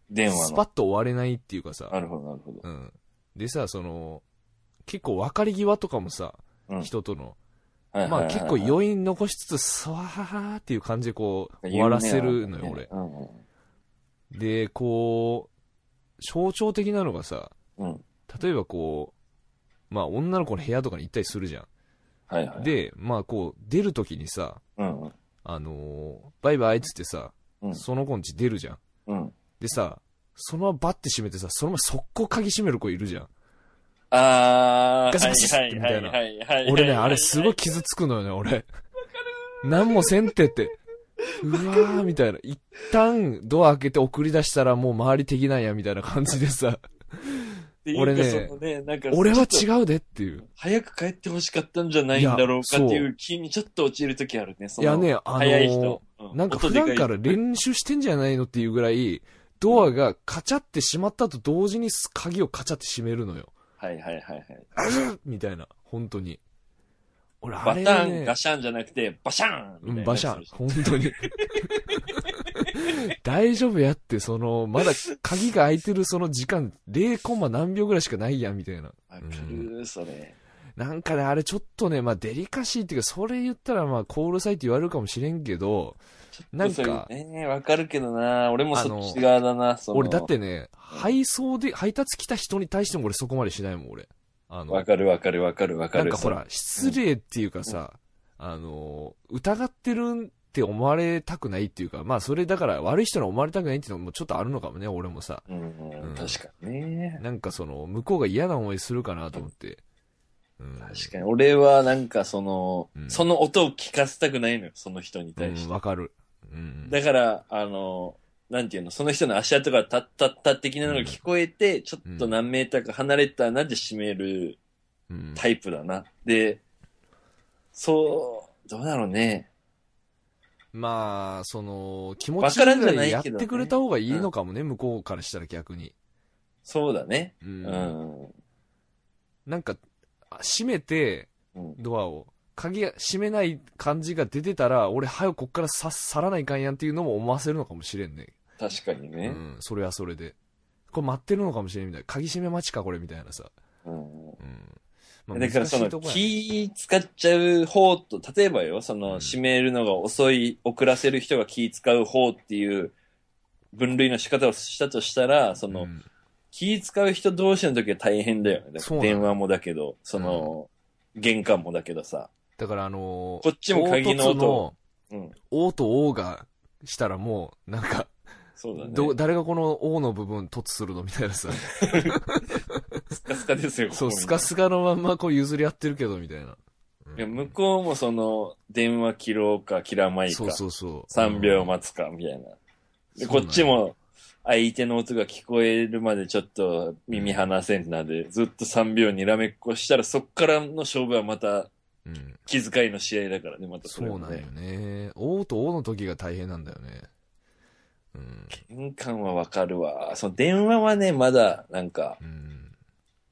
Speaker 3: 電話
Speaker 1: スパ
Speaker 3: の。
Speaker 1: ッと終われないっていうかさ、
Speaker 3: なるほど、なるほど。
Speaker 1: うん。でさ、その、結構別れ際とかもさ、
Speaker 3: うん
Speaker 1: 人との、
Speaker 3: はい
Speaker 1: ま
Speaker 3: はい
Speaker 1: あ
Speaker 3: はい
Speaker 1: 結構余韻残しつつ、スワハハっていう感じでこう、
Speaker 3: 言うね
Speaker 1: 終わらせるのよ、
Speaker 3: ね
Speaker 1: 俺。
Speaker 3: うんうん
Speaker 1: で、こう、象徴的なのがさ、
Speaker 3: うん。
Speaker 1: 例えばこう、まあ女の子の部屋とかに行ったりするじゃ
Speaker 3: はいはい。
Speaker 1: ん。、で、まあこう、出るときにさ、
Speaker 3: うんうん。
Speaker 1: あのーバイバイっつってさ、
Speaker 3: うん
Speaker 1: その子ん家出るじゃん。
Speaker 3: うん。
Speaker 1: でさ、そのままバッて閉めてさ、そのまま速攻鍵閉める子いるじゃん。
Speaker 3: あ
Speaker 1: ガ
Speaker 3: ー、
Speaker 1: シャ
Speaker 3: は
Speaker 1: ガシャってみ
Speaker 3: いは
Speaker 1: た
Speaker 3: い
Speaker 1: い
Speaker 3: はい
Speaker 1: な
Speaker 3: はいはいはい。
Speaker 1: 俺ね、あれすごい傷つくのよね、俺。何もせんって って。うわー、みたいな。一旦ドア開けて送り出したらもう周り敵なんや、みたいな感じでさ。
Speaker 3: っていうか
Speaker 1: 俺ね
Speaker 3: そのね、なんか、
Speaker 1: 俺は
Speaker 3: ちょっ
Speaker 1: 違
Speaker 3: と
Speaker 1: うでっていう。
Speaker 3: 早く帰ってほしかったんじゃないんだろうかっていう気にちょっと陥るときあるね、そ
Speaker 1: い
Speaker 3: の。
Speaker 1: やね、あの
Speaker 3: 早い人
Speaker 1: ー、。なんか普段から
Speaker 3: 連
Speaker 1: 練習してんじゃないのっていうぐらい、ドアがカチャって閉まったと同時に鍵をカチャって閉めるのよ。
Speaker 3: はいはいはいはい。
Speaker 1: みたいな。本当に。俺、あ
Speaker 3: バ
Speaker 1: れ、
Speaker 3: タ
Speaker 1: ね。
Speaker 3: ーン、ガシャンじゃなくて、バシャンみ
Speaker 1: う、
Speaker 3: たいなんやつ
Speaker 1: バシャン。本当に。 大丈夫やって、その、まだ鍵が開いてるその時間、0コンマ何秒ぐらいしかないやん、みたいな。
Speaker 3: わかる、それ。
Speaker 1: なんかね、あれちょっとね、まあデリカシーっていうか、それ言ったらまあコールサイって言われるかもしれんけど、なん
Speaker 3: それ
Speaker 1: か、
Speaker 3: ね、わかるけどな。俺も
Speaker 1: あ
Speaker 3: そ
Speaker 1: の
Speaker 3: っち側だな、その
Speaker 1: 俺だっ。てね、配送で、配達来た人に対しても俺そこまでしないもん、俺。あの
Speaker 3: わ、かるわかるわかるわか
Speaker 1: な
Speaker 3: る。
Speaker 1: んかほら、失礼っていうかさ、あの、疑ってるって思われたくないっていうか、まあそれだから悪い人に思われたくないっていうのもちょっとあるのかもね、俺もさ。
Speaker 3: その。うん、
Speaker 1: うん
Speaker 3: 確かにね。
Speaker 1: なんかその、向こうが嫌な思いするかなと思って。うん。
Speaker 3: 確かに。俺はなんかその、
Speaker 1: うん
Speaker 3: その音を聞かせたくないのよ、その人に対し
Speaker 1: うん、
Speaker 3: て。
Speaker 1: わかる。うん。
Speaker 3: だから、あの、なんていうの、その人の足跡がタッタッタッ的なのが聞こえて、ちょっと何メーターか離れたなで閉める
Speaker 1: うん、
Speaker 3: タイプだな。で、そう、どうだろうね。
Speaker 1: まあ、その、気持
Speaker 3: わ
Speaker 1: ち
Speaker 3: からんじゃ
Speaker 1: ぐ
Speaker 3: な
Speaker 1: ら
Speaker 3: い
Speaker 1: い
Speaker 3: けど
Speaker 1: やっ
Speaker 3: ね
Speaker 1: てくれた方がいいのかもね、向こうからしたら逆に。
Speaker 3: そうだね。
Speaker 1: う。
Speaker 3: うんん。
Speaker 1: なんか、あ閉めて、
Speaker 3: うん。
Speaker 1: ドアを。鍵が閉めない感じが出てたら、俺、早くこっからさ、去らないかんやんっていうのも思わせるのかもしれんね。
Speaker 3: 確かに
Speaker 1: う
Speaker 3: ね。
Speaker 1: ん。それはそれで。これ待ってるのかもしれんみたいな。鍵閉め待ちか、これ、みたいなさ。
Speaker 3: うん。
Speaker 1: うん。まあ
Speaker 3: だからそ
Speaker 1: 難し
Speaker 3: の
Speaker 1: いとこやね
Speaker 3: 気使っちゃう方と、例えばよ、そ
Speaker 1: うん
Speaker 3: の閉めるのが遅い、遅らせる人が気使う方っていう分類の仕方をしたとしたら、その、
Speaker 1: うん
Speaker 3: 気使う人同士の時は大変だよね。だ
Speaker 1: そ
Speaker 3: か
Speaker 1: うな
Speaker 3: ら
Speaker 1: の
Speaker 3: 電話もだけど、その、玄関もだけどさ。
Speaker 1: だからあのー
Speaker 3: こっちも鍵の音
Speaker 1: 凹
Speaker 3: うん。
Speaker 1: 凸の O と O がしたらもう、なんか、
Speaker 3: そうだね。
Speaker 1: ど、誰がこの O の部分突するのみたいな さ。
Speaker 3: スカスカですよ、
Speaker 1: そう、
Speaker 3: ここ
Speaker 1: スカスカのまんまこう譲り合ってるけど、みたいな。
Speaker 3: いや、向こうもその、電話切ろうか切らまいか、
Speaker 1: そうそうそう。
Speaker 3: 3秒待つか、みたいな。で、
Speaker 1: そう
Speaker 3: こ
Speaker 1: なん
Speaker 3: っ
Speaker 1: や
Speaker 3: ちも、相手の音が聞こえるまでちょっと耳離せんなで、ずっと3秒にらめっこしたら、そっからの勝負はまた
Speaker 1: うん。うん
Speaker 3: 気遣いの試合だからね、またそ
Speaker 1: そ
Speaker 3: れ
Speaker 1: う
Speaker 3: も
Speaker 1: なんよ
Speaker 3: ね。
Speaker 1: ね。O と O の時が大変なんだよね。うん。
Speaker 3: 玄関はわかるわ。その電話はね、まだ、なんか、
Speaker 1: うん。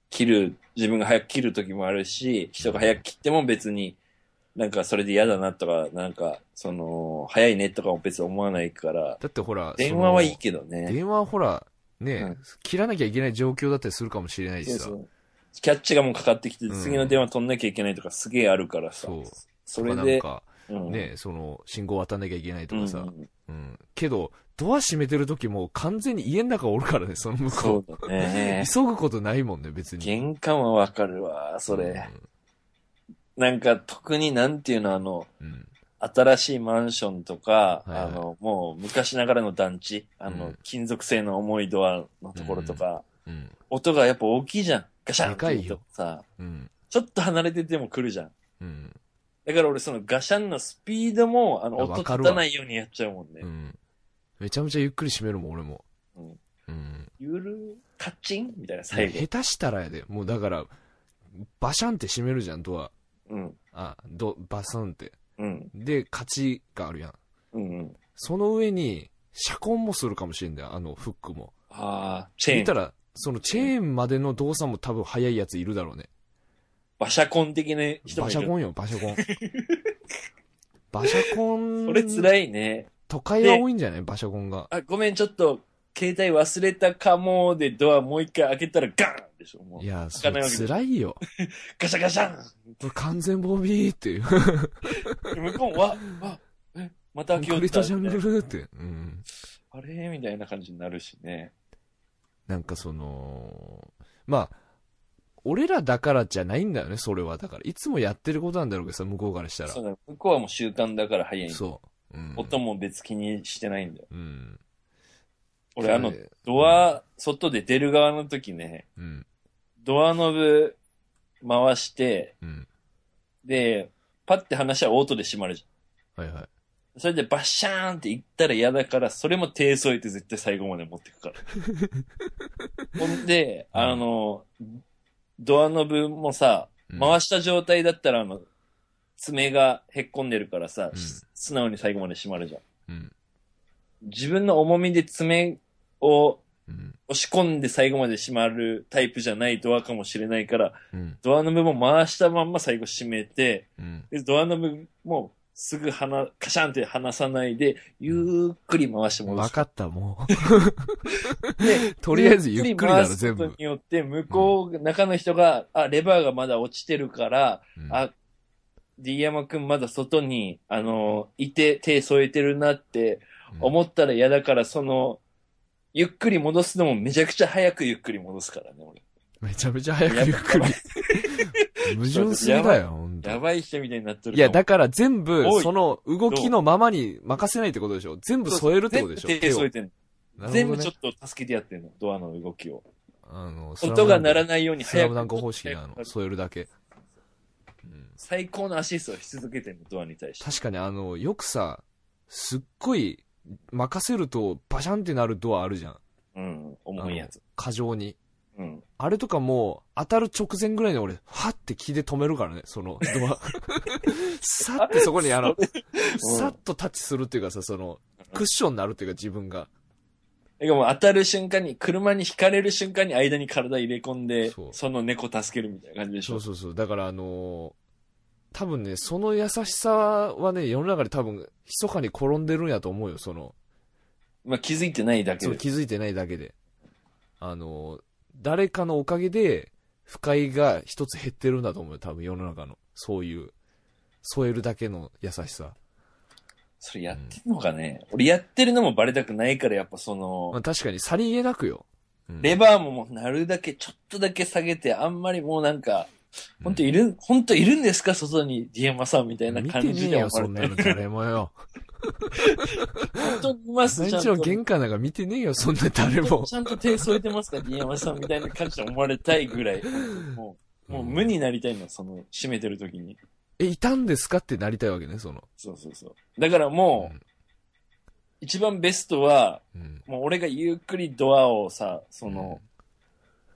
Speaker 3: 切る、自分が早く切る時もあるし、人が早く切っても別に、なんかそれで嫌だなとか、なんか、その、早いねとかも別に思わないから、
Speaker 1: だってほら、
Speaker 3: 電話はいい
Speaker 1: そ
Speaker 3: けど
Speaker 1: の
Speaker 3: ね。
Speaker 1: 電話はほら、ね、
Speaker 3: うん
Speaker 1: 切らなきゃいけない状況だったりするかもしれないし
Speaker 3: そう
Speaker 1: さ。
Speaker 3: そうキャッチがもうかかってきて、
Speaker 1: うん
Speaker 3: 次の電話取んなきゃいけないとかすげえあるからさ。
Speaker 1: そう
Speaker 3: それ
Speaker 1: なん
Speaker 3: で、
Speaker 1: か、
Speaker 3: うん
Speaker 1: ね、その、信号渡んなきゃいけないとかさ。
Speaker 3: うん
Speaker 1: うん。けど、ドア閉めてる時も完全に家の中おるからね、その向
Speaker 3: そ
Speaker 1: こ
Speaker 3: うだ
Speaker 1: う。
Speaker 3: ね。
Speaker 1: 急ぐことないもんね、別に。
Speaker 3: 玄関はわかるわ、それ。なんか特になんていうの、あの、
Speaker 1: うん。うん。
Speaker 3: 新しいマンションとか、
Speaker 1: はいはい
Speaker 3: あの、もう昔ながらの団地、あの、
Speaker 1: うん
Speaker 3: 金属製の重いドアのところとか、
Speaker 1: うん。
Speaker 3: 音がやっぱ大きいじゃん。ガシャン
Speaker 1: でかいよ
Speaker 3: って言うとさ、
Speaker 1: うん。
Speaker 3: ちょっと離れてても来るじゃん。
Speaker 1: うん。
Speaker 3: だから俺そのガシャンのスピードも、あの、
Speaker 1: あ
Speaker 3: 音
Speaker 1: わかる
Speaker 3: 立
Speaker 1: わ
Speaker 3: たないようにやっちゃうもんね。
Speaker 1: うん。めちゃめちゃゆっくり締めるもん、俺も。
Speaker 3: うん
Speaker 1: うん。
Speaker 3: ゆる、カッチンみたいな最後
Speaker 1: 下。手したらやで。もうだから、バシャンって閉めるじゃん、ドア。
Speaker 3: うん。
Speaker 1: あ、ド、バスンって。
Speaker 3: うん。
Speaker 1: で、勝ちがあるやん。
Speaker 3: うん。うん。
Speaker 1: その上に、遮根もするかもしれんだよ、あのフックも。
Speaker 3: ああ、チェ
Speaker 1: 見た
Speaker 3: ーン。
Speaker 1: ら、そのチェーンまでの動作も多分早いやついるだろうね。
Speaker 3: 馬車コン的な人も
Speaker 1: バ
Speaker 3: い
Speaker 1: シャ
Speaker 3: る
Speaker 1: コ。ンよ、バシャ コン。バシャコン。
Speaker 3: それ辛いね。
Speaker 1: 都会は多いんじゃないバシャコンが。
Speaker 3: あ、ごめん、ちょっと、携帯忘れたかもでドアもう一回開けたらガーンでしょ。もう
Speaker 1: い、や、そ
Speaker 3: かな
Speaker 1: れ
Speaker 3: いわけ
Speaker 1: 辛いよ。
Speaker 3: ガシャガシャ
Speaker 1: 完全ボビーっていう。
Speaker 3: ン向こうも、わ、わ、え、また
Speaker 1: コン
Speaker 3: 開けよ
Speaker 1: ク
Speaker 3: う
Speaker 1: リ
Speaker 3: っ
Speaker 1: ート
Speaker 3: た
Speaker 1: ジャン
Speaker 3: みたいな
Speaker 1: グルって。うん。
Speaker 3: あれみたいな感じになるしね。
Speaker 1: なんかその、まあ、俺らだからじゃないんだよね、それは。だから、いつもやってることなんだろうけどさ、向こうからしたら。
Speaker 3: そうだね、向こうはもう習慣だから早い。
Speaker 1: そう。うん。
Speaker 3: 音も別気にしてないんだよ。
Speaker 1: うん。
Speaker 3: 俺、あの
Speaker 1: そ、れ
Speaker 3: ドア、外で出る側の時ね、
Speaker 1: うん。
Speaker 3: ドアノブ回して、
Speaker 1: うん。
Speaker 3: で、パッて話はオートで閉まるじ
Speaker 1: はいはい。
Speaker 3: ゃん。それでバッシャーンって言ったら嫌だから、それも手添えて絶対最後まで持って くから。ほんで、
Speaker 1: うん
Speaker 3: あの、ドアノブもさ、
Speaker 1: うん
Speaker 3: 回した状態だったら、あの、爪がへっこんでるからさ、
Speaker 1: うん
Speaker 3: 素直に最後まで閉まるじゃん。
Speaker 1: うん。
Speaker 3: 自分の重みで爪を
Speaker 1: うん。
Speaker 3: 押し込んで最後まで閉まるタイプじゃないドアかもしれないから、
Speaker 1: うん。
Speaker 3: ドアノブも回したまんま最後閉めて、
Speaker 1: うん。
Speaker 3: でドアノブもすぐ離、カシャンって離さないで、ゆっくり回して戻
Speaker 1: わ
Speaker 3: す。
Speaker 1: かった、も
Speaker 3: で
Speaker 1: う。とりあえずゆっくりだろ、
Speaker 3: ゆっく
Speaker 1: 全部
Speaker 3: 回すこと。によって、向こう、中の人が、あ、レバーがまだ落ちてるから、
Speaker 1: うん
Speaker 3: あ、D 山くんまだ外に、あの、いて、手添えてるなって思ったら嫌だから、その、ゆっくり戻すのもめちゃくちゃ早くゆっくり戻すからね、俺。
Speaker 1: めちゃめちゃ早くゆっくり。矛盾すぎだよ、ほんと
Speaker 3: やばい人みたいになってる
Speaker 1: いや、だ
Speaker 3: か
Speaker 1: から全部
Speaker 3: お、い
Speaker 1: その動きのままに任せないってことでしょ全部添えるってことでしょ
Speaker 3: 全部手
Speaker 1: 手を
Speaker 3: 添えてんの。
Speaker 1: なるほどね
Speaker 3: 全部ちょっと助けてやってんの、ドアの動きを。
Speaker 1: あの、
Speaker 3: 音が鳴ら
Speaker 1: い
Speaker 3: ないように
Speaker 1: スラ
Speaker 3: 早
Speaker 1: ムダンク
Speaker 3: く。
Speaker 1: 方式なの。添えるだけ。うん
Speaker 3: 最高のアシストをし続けてんの、ドアに対して。
Speaker 1: 確かにあの、よくさ、すっごい任せるとバシャンってなるドアあるじゃん。
Speaker 3: うん、重いやつ。
Speaker 1: 過剰に。
Speaker 3: うん。
Speaker 1: あれとかもう、当たる直前ぐらいに俺、はって気で止めるからね、そのド ア。さってそこにあの、さっとタッチするっていうかさ、その、クッションになるっていうか自分が。
Speaker 3: だからもう当たる瞬間に、車に引かれる瞬間に間に体入れ込んで、
Speaker 1: そう
Speaker 3: その猫助けるみたいな感じでし
Speaker 1: そ
Speaker 3: ょ。
Speaker 1: うそうそう。だからあのー多分ね、その優しさはね、世の中で多分、密かに転んでるんやと思うよ、その、
Speaker 3: まあ気づいてないだけ
Speaker 1: そう
Speaker 3: で。
Speaker 1: 気づいてないだけで。あのー誰かのおかげで、不快が一つ減ってるんだと思うよ、多分世の中の。そういう、添えるだけの優しさ。
Speaker 3: それやってんのかね、俺やってるのもバレたくないから、やっぱその、
Speaker 1: まあ確かに、さりげなくよ。うん
Speaker 3: レバーももうなるだけ、ちょっとだけ下げて、あんまりもうなんか、本当いる、本当いるんですか外に、ディエマさんみたいな
Speaker 1: 見て
Speaker 3: 感
Speaker 1: ね
Speaker 3: じ
Speaker 1: え
Speaker 3: で
Speaker 1: よ、
Speaker 3: 思わ
Speaker 1: そ
Speaker 3: れ
Speaker 1: ん
Speaker 3: て
Speaker 1: なの誰も よ。
Speaker 3: 本当にいます、
Speaker 1: 毎
Speaker 3: ちゃん
Speaker 1: 日
Speaker 3: と
Speaker 1: の。玄関なんか見てねえよ、そんな誰も。
Speaker 3: ちゃんと手添えてますか、ディエマさんみたいな感じで思われたいぐらい。もう、もう無になりたいの、その、締めてる時に。
Speaker 1: え、いたんですかってなりたいわけね、その。
Speaker 3: そうそうそう。だからもう、一番ベストは、
Speaker 1: うん。
Speaker 3: もう俺がゆっくりドアをさ、その、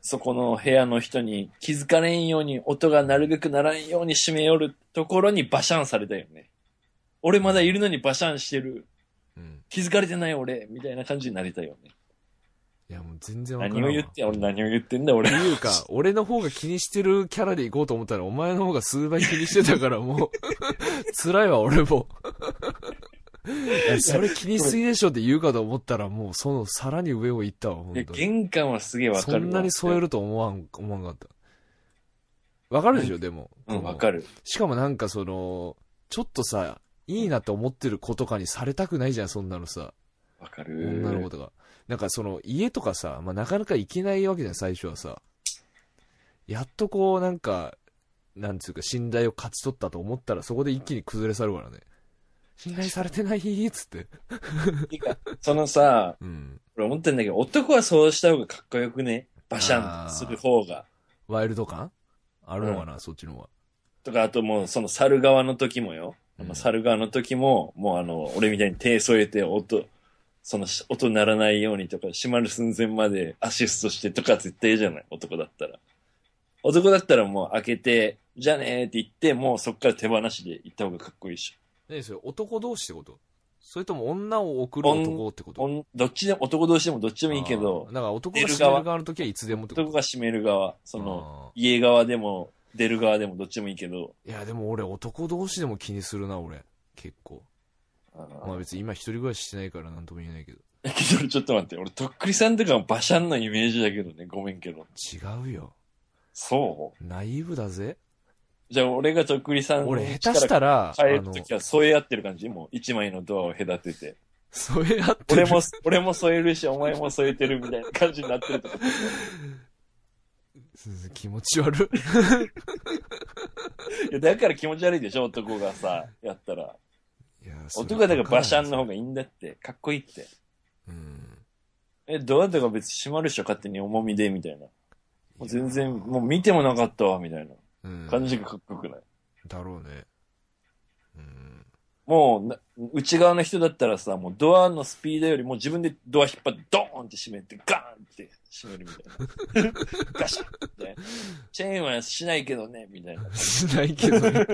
Speaker 3: そこの部屋の人に気づかれんように、音がなるべくならんように閉め寄るところにバシャンされたよね。俺まだいるのにバシャンしてる。
Speaker 1: うん。
Speaker 3: 気づかれてない俺、みたいな感じになりたいよね。
Speaker 1: いや、もう全然わからん
Speaker 3: 何
Speaker 1: わ。
Speaker 3: を言って、俺何を言ってんだ、俺。
Speaker 1: っていうか、俺の方が気にしてるキャラで行こうと思ったら、お前の方が数倍気にしてたから、もう、辛いわ、俺も。いやそれ気にしすぎでしょって言うかと思ったら、もう、その、さらに上を行ったわ、
Speaker 3: いや
Speaker 1: 本当に。
Speaker 3: 玄関はすげえわかる
Speaker 1: そ
Speaker 3: わ。
Speaker 1: んなに添えると思わん、思わんかった。わかるでしょ、でも。
Speaker 3: うん、わかる。
Speaker 1: しかもなんかその、ちょっとさ、いいなって思ってる子とかにされたくないじゃん、そんなのさ。
Speaker 3: わかる。
Speaker 1: 女の子
Speaker 3: ど。
Speaker 1: とか。なんかその家とかさ、まあ、なかなか行けないわけじゃん、最初はさ。やっとこう、なんか、なんつうか、信頼を勝ち取ったと思ったら、そこで一気に崩れ去るからね。信頼されてないっつって。
Speaker 3: てかそのさ、
Speaker 1: うん。
Speaker 3: 俺思ってんだけど、男はそうした方がかっこよくね。バシャンってする方が。
Speaker 1: ワイルド感あるのかな、そっちの方が。
Speaker 3: とか、あともう、その猿側の時もよ。
Speaker 1: うん
Speaker 3: 猿側の時も、もうあの、俺みたいに手添えて、音、そのし音鳴らないようにとか、閉まる寸前までアシストしてとか絶対じゃない、男だったら。男だったらもう開けて、じゃあねーって言って、もうそっから手放しで行った方がかっこいいでし
Speaker 1: 何それ男同士ってことそれとも女を送る男ってこ
Speaker 3: ょ。
Speaker 1: と
Speaker 3: おんどっちでも、男同士でもどっちでもいいけど
Speaker 1: あー、なんか男が締める側の時はいつでもってこ
Speaker 3: 男
Speaker 1: と
Speaker 3: が閉める側、その、
Speaker 1: あ
Speaker 3: 家側でも、出る側でもどっちでもいいけど、
Speaker 1: ーいやでも俺男同士でも気にするな俺結構
Speaker 3: あの
Speaker 1: まあ別に今一人暮らししてないからなんとも言えないけど
Speaker 3: けどちょっと待って、俺、とっくりさんとかもバシャンのイメージだけどね、ごめんけど。
Speaker 1: 違うよ
Speaker 3: そ
Speaker 1: ナイーブだぜ
Speaker 3: うじゃあ俺がとっくりさんの
Speaker 1: 俺下手したらあ
Speaker 3: 帰る
Speaker 1: の
Speaker 3: ときは添え合ってる感じもう一枚のドアを隔てて。
Speaker 1: それやって
Speaker 3: 俺
Speaker 1: る
Speaker 3: も、俺も添えるし、お前も添えてるみたいな感じになってると思う
Speaker 1: 気持ち悪い
Speaker 3: いや、だから気持ち悪いでしょ、男がさ、やったら。
Speaker 1: いやそれ
Speaker 3: 男がだからバシャンの方がいいんだって。かっこいいって。
Speaker 1: うん
Speaker 3: え、ドアとか別に閉まるっしょ、勝手に重みで、みたいな。もう全然、
Speaker 1: いや
Speaker 3: もう見てもなかったわ、みたいな
Speaker 1: うん
Speaker 3: 感じがかっこよくない。
Speaker 1: だろうねうん
Speaker 3: もうな、内側の人だったらさ、もうドアのスピードよりも自分でドア引っ張って、ドーンって閉めて、ガーンって閉めるみたい な。ガシャンって。チェーンはしないけどね、みたいな。
Speaker 1: し ないけどね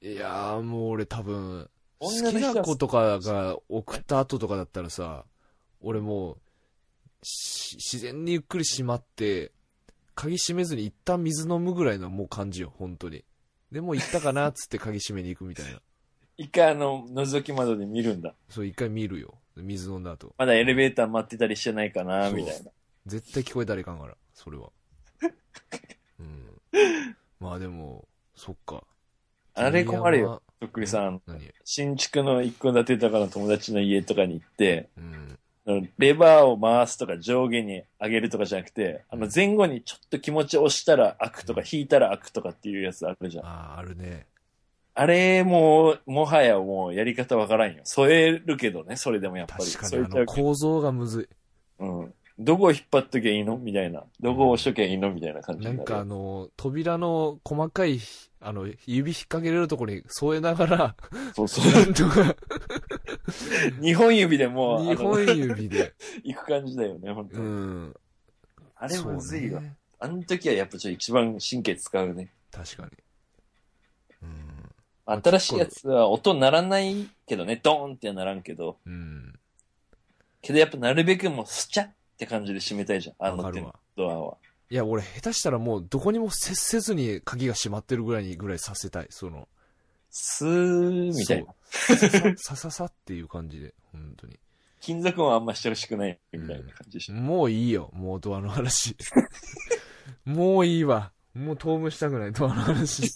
Speaker 1: いやーもう俺多分好
Speaker 3: 女
Speaker 1: き
Speaker 3: の人は
Speaker 1: な子とかが送った後とかだったらさ俺もうし自然にゆっくり閉まって鍵閉めずに一旦水飲むぐらいのもう感じよ本当にでもう行ったかなっつって 鍵閉めに行くみたいな
Speaker 3: 一回あの、覗き窓で見るんだ。
Speaker 1: そう一回見るよ水飲んだ後
Speaker 3: まだエレベーター待ってたりしてないかな、
Speaker 1: そう
Speaker 3: みたいな。
Speaker 1: 絶対聞こえたらいかんからそれはうんまあでもそっか
Speaker 3: あれ困るよ、
Speaker 1: よ
Speaker 3: とっくりさん。
Speaker 1: 何
Speaker 3: 新築の一戸建てとかの友達の家とかに行って、
Speaker 1: うん
Speaker 3: レバーを回すとか上下に上げるとかじゃなくて、あの前後にちょっと気持ち押したら開くとか引いたら開くとかっていうやつあるじゃん。
Speaker 1: あああるね
Speaker 3: あれもう、もはやもうやり方わからんよ。添えるけどね、それでもやっぱり。
Speaker 1: 確か
Speaker 3: 添
Speaker 1: に
Speaker 3: え
Speaker 1: あ
Speaker 3: ちゃ
Speaker 1: の
Speaker 3: うけ
Speaker 1: 構造がむずい
Speaker 3: どうん。どこを引っ張っときゃいいのみたいな。どこを押しときゃいいのみたいな感じ
Speaker 1: な
Speaker 3: に
Speaker 1: ん
Speaker 3: なる。
Speaker 1: かあの扉の細かいあの指引っ掛けれるところに添えながら
Speaker 3: そ うそう。
Speaker 1: なんとか
Speaker 3: 日本指でもう、
Speaker 1: 2
Speaker 3: あの
Speaker 1: 本指で
Speaker 3: 行く感じだよね、本当
Speaker 1: う
Speaker 3: に。
Speaker 1: ん
Speaker 3: あれむずい
Speaker 1: そ
Speaker 3: わ
Speaker 1: う。ね
Speaker 3: あの時はやっぱちょっと一番神経使うね。
Speaker 1: 確かにうん
Speaker 3: 新しいやつは音鳴らないけどね、ドーンってはならんけど。
Speaker 1: うん
Speaker 3: けどやっぱなるべくもうスチャって感じで閉めたいじゃん、あ
Speaker 1: わ
Speaker 3: の
Speaker 1: か
Speaker 3: 手
Speaker 1: る
Speaker 3: の
Speaker 1: わ
Speaker 3: ドアは。
Speaker 1: いや、俺、下手したらもう、どこにも接せずに鍵が閉まってるぐらいにぐらいさせたい。その、
Speaker 3: スーみたいな。
Speaker 1: そう。さささささっていう感じで、本当に。
Speaker 3: 金属音あんましてほしくないみたいな感じでしょ。
Speaker 1: もういいよ、もうドアの話。もういいわ。もう当分したくない、ドアの話。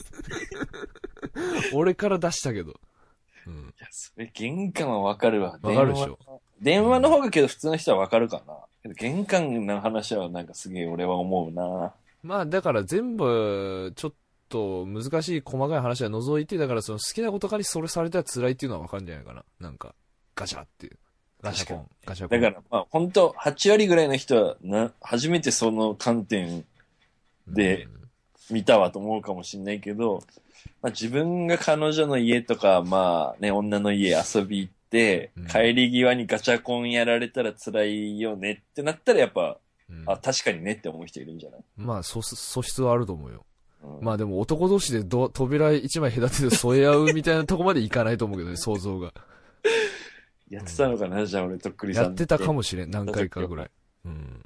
Speaker 1: 俺から出したけど。うん。
Speaker 3: いや、それ玄関はわかるわ。
Speaker 1: わかるでしょ。
Speaker 3: 電話。電話の方がけど普通の人はわかるかな。けど玄関の話はなんかすげえ俺は思うな。
Speaker 1: まあ、だから全部、ちょっと難しい細かい話は除いて、だからその好きなことかにそれされたら辛いっていうのはわかるんじゃないかな。なんか、ガシャっていう。ガシャコン。ガシャコ
Speaker 3: だ
Speaker 1: ン。
Speaker 3: からまあ本当8割ぐらいの人はな、初めてその観点で
Speaker 1: うん
Speaker 3: 見たわと思うかもしんないけど、まあ自分が彼女の家とか、まあね、女の家遊び行って
Speaker 1: うん、
Speaker 3: 帰り際にガチャコンやられたら辛いよねってなったらやっぱ、
Speaker 1: うん
Speaker 3: あ、確かにねって思う人いるんじゃない、
Speaker 1: まあ、素質素質はあると思うよ。
Speaker 3: うん
Speaker 1: まあでも男同士でド扉一枚隔てて添え合うみたいなとこまでいかないと思うけどね、想像が。
Speaker 3: やってたのかなじゃあ俺とっくりさん。
Speaker 1: やってたか
Speaker 3: も。
Speaker 1: もしれん、何回かぐらい。うん。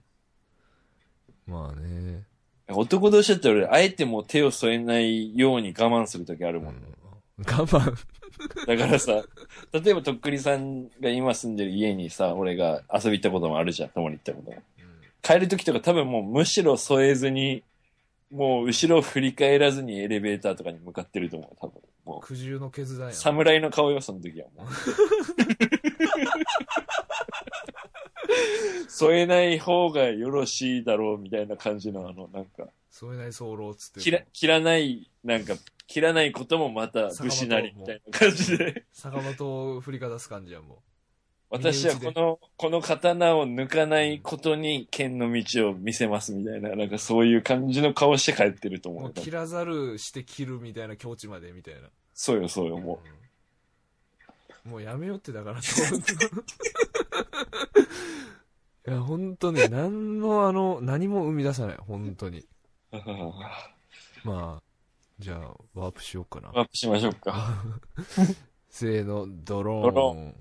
Speaker 1: まあね。
Speaker 3: 男同士だったら俺、あえてもう手を添えないように我慢するときある
Speaker 1: う
Speaker 3: もん。
Speaker 1: ん我慢。
Speaker 3: だからさ、例えばとっくりさんが今住んでる家にさ、俺が遊び行ったこともあるじゃん、泊まり行ったことも。帰るときとか多分もうむしろ添えずに、もう後ろを振り返らずにエレベーターとかに向かってると思う、多分。も
Speaker 1: 苦渋の決断
Speaker 3: う、
Speaker 1: や。
Speaker 3: 侍の顔よ、その時はもう。 添えない方がよろしいだろうみたいな感じのあの、なんか、
Speaker 1: 添えない候ろつって。
Speaker 3: 切ら、切らない、なんか、切らないこともまた武士なりみたいな感じで、
Speaker 1: 坂本を振りかざす感じやもう
Speaker 3: 私はこの、この刀を抜かないことに剣の道を見せますみたいな、なんかそういう感じの顔して帰ってると
Speaker 1: う。
Speaker 3: 思
Speaker 1: もう
Speaker 3: う。
Speaker 1: 切らざるして切るみたいな境地までみたいな。
Speaker 3: そうよ、そうよ、も
Speaker 1: もうやめようってだから、 本当いや、本当ね、何のあの、何も生み出さない、本当に。 まあ、じゃあ、ワープしようかな。
Speaker 3: ワープしましょうか。
Speaker 1: せーの、ドローン。
Speaker 3: ドロ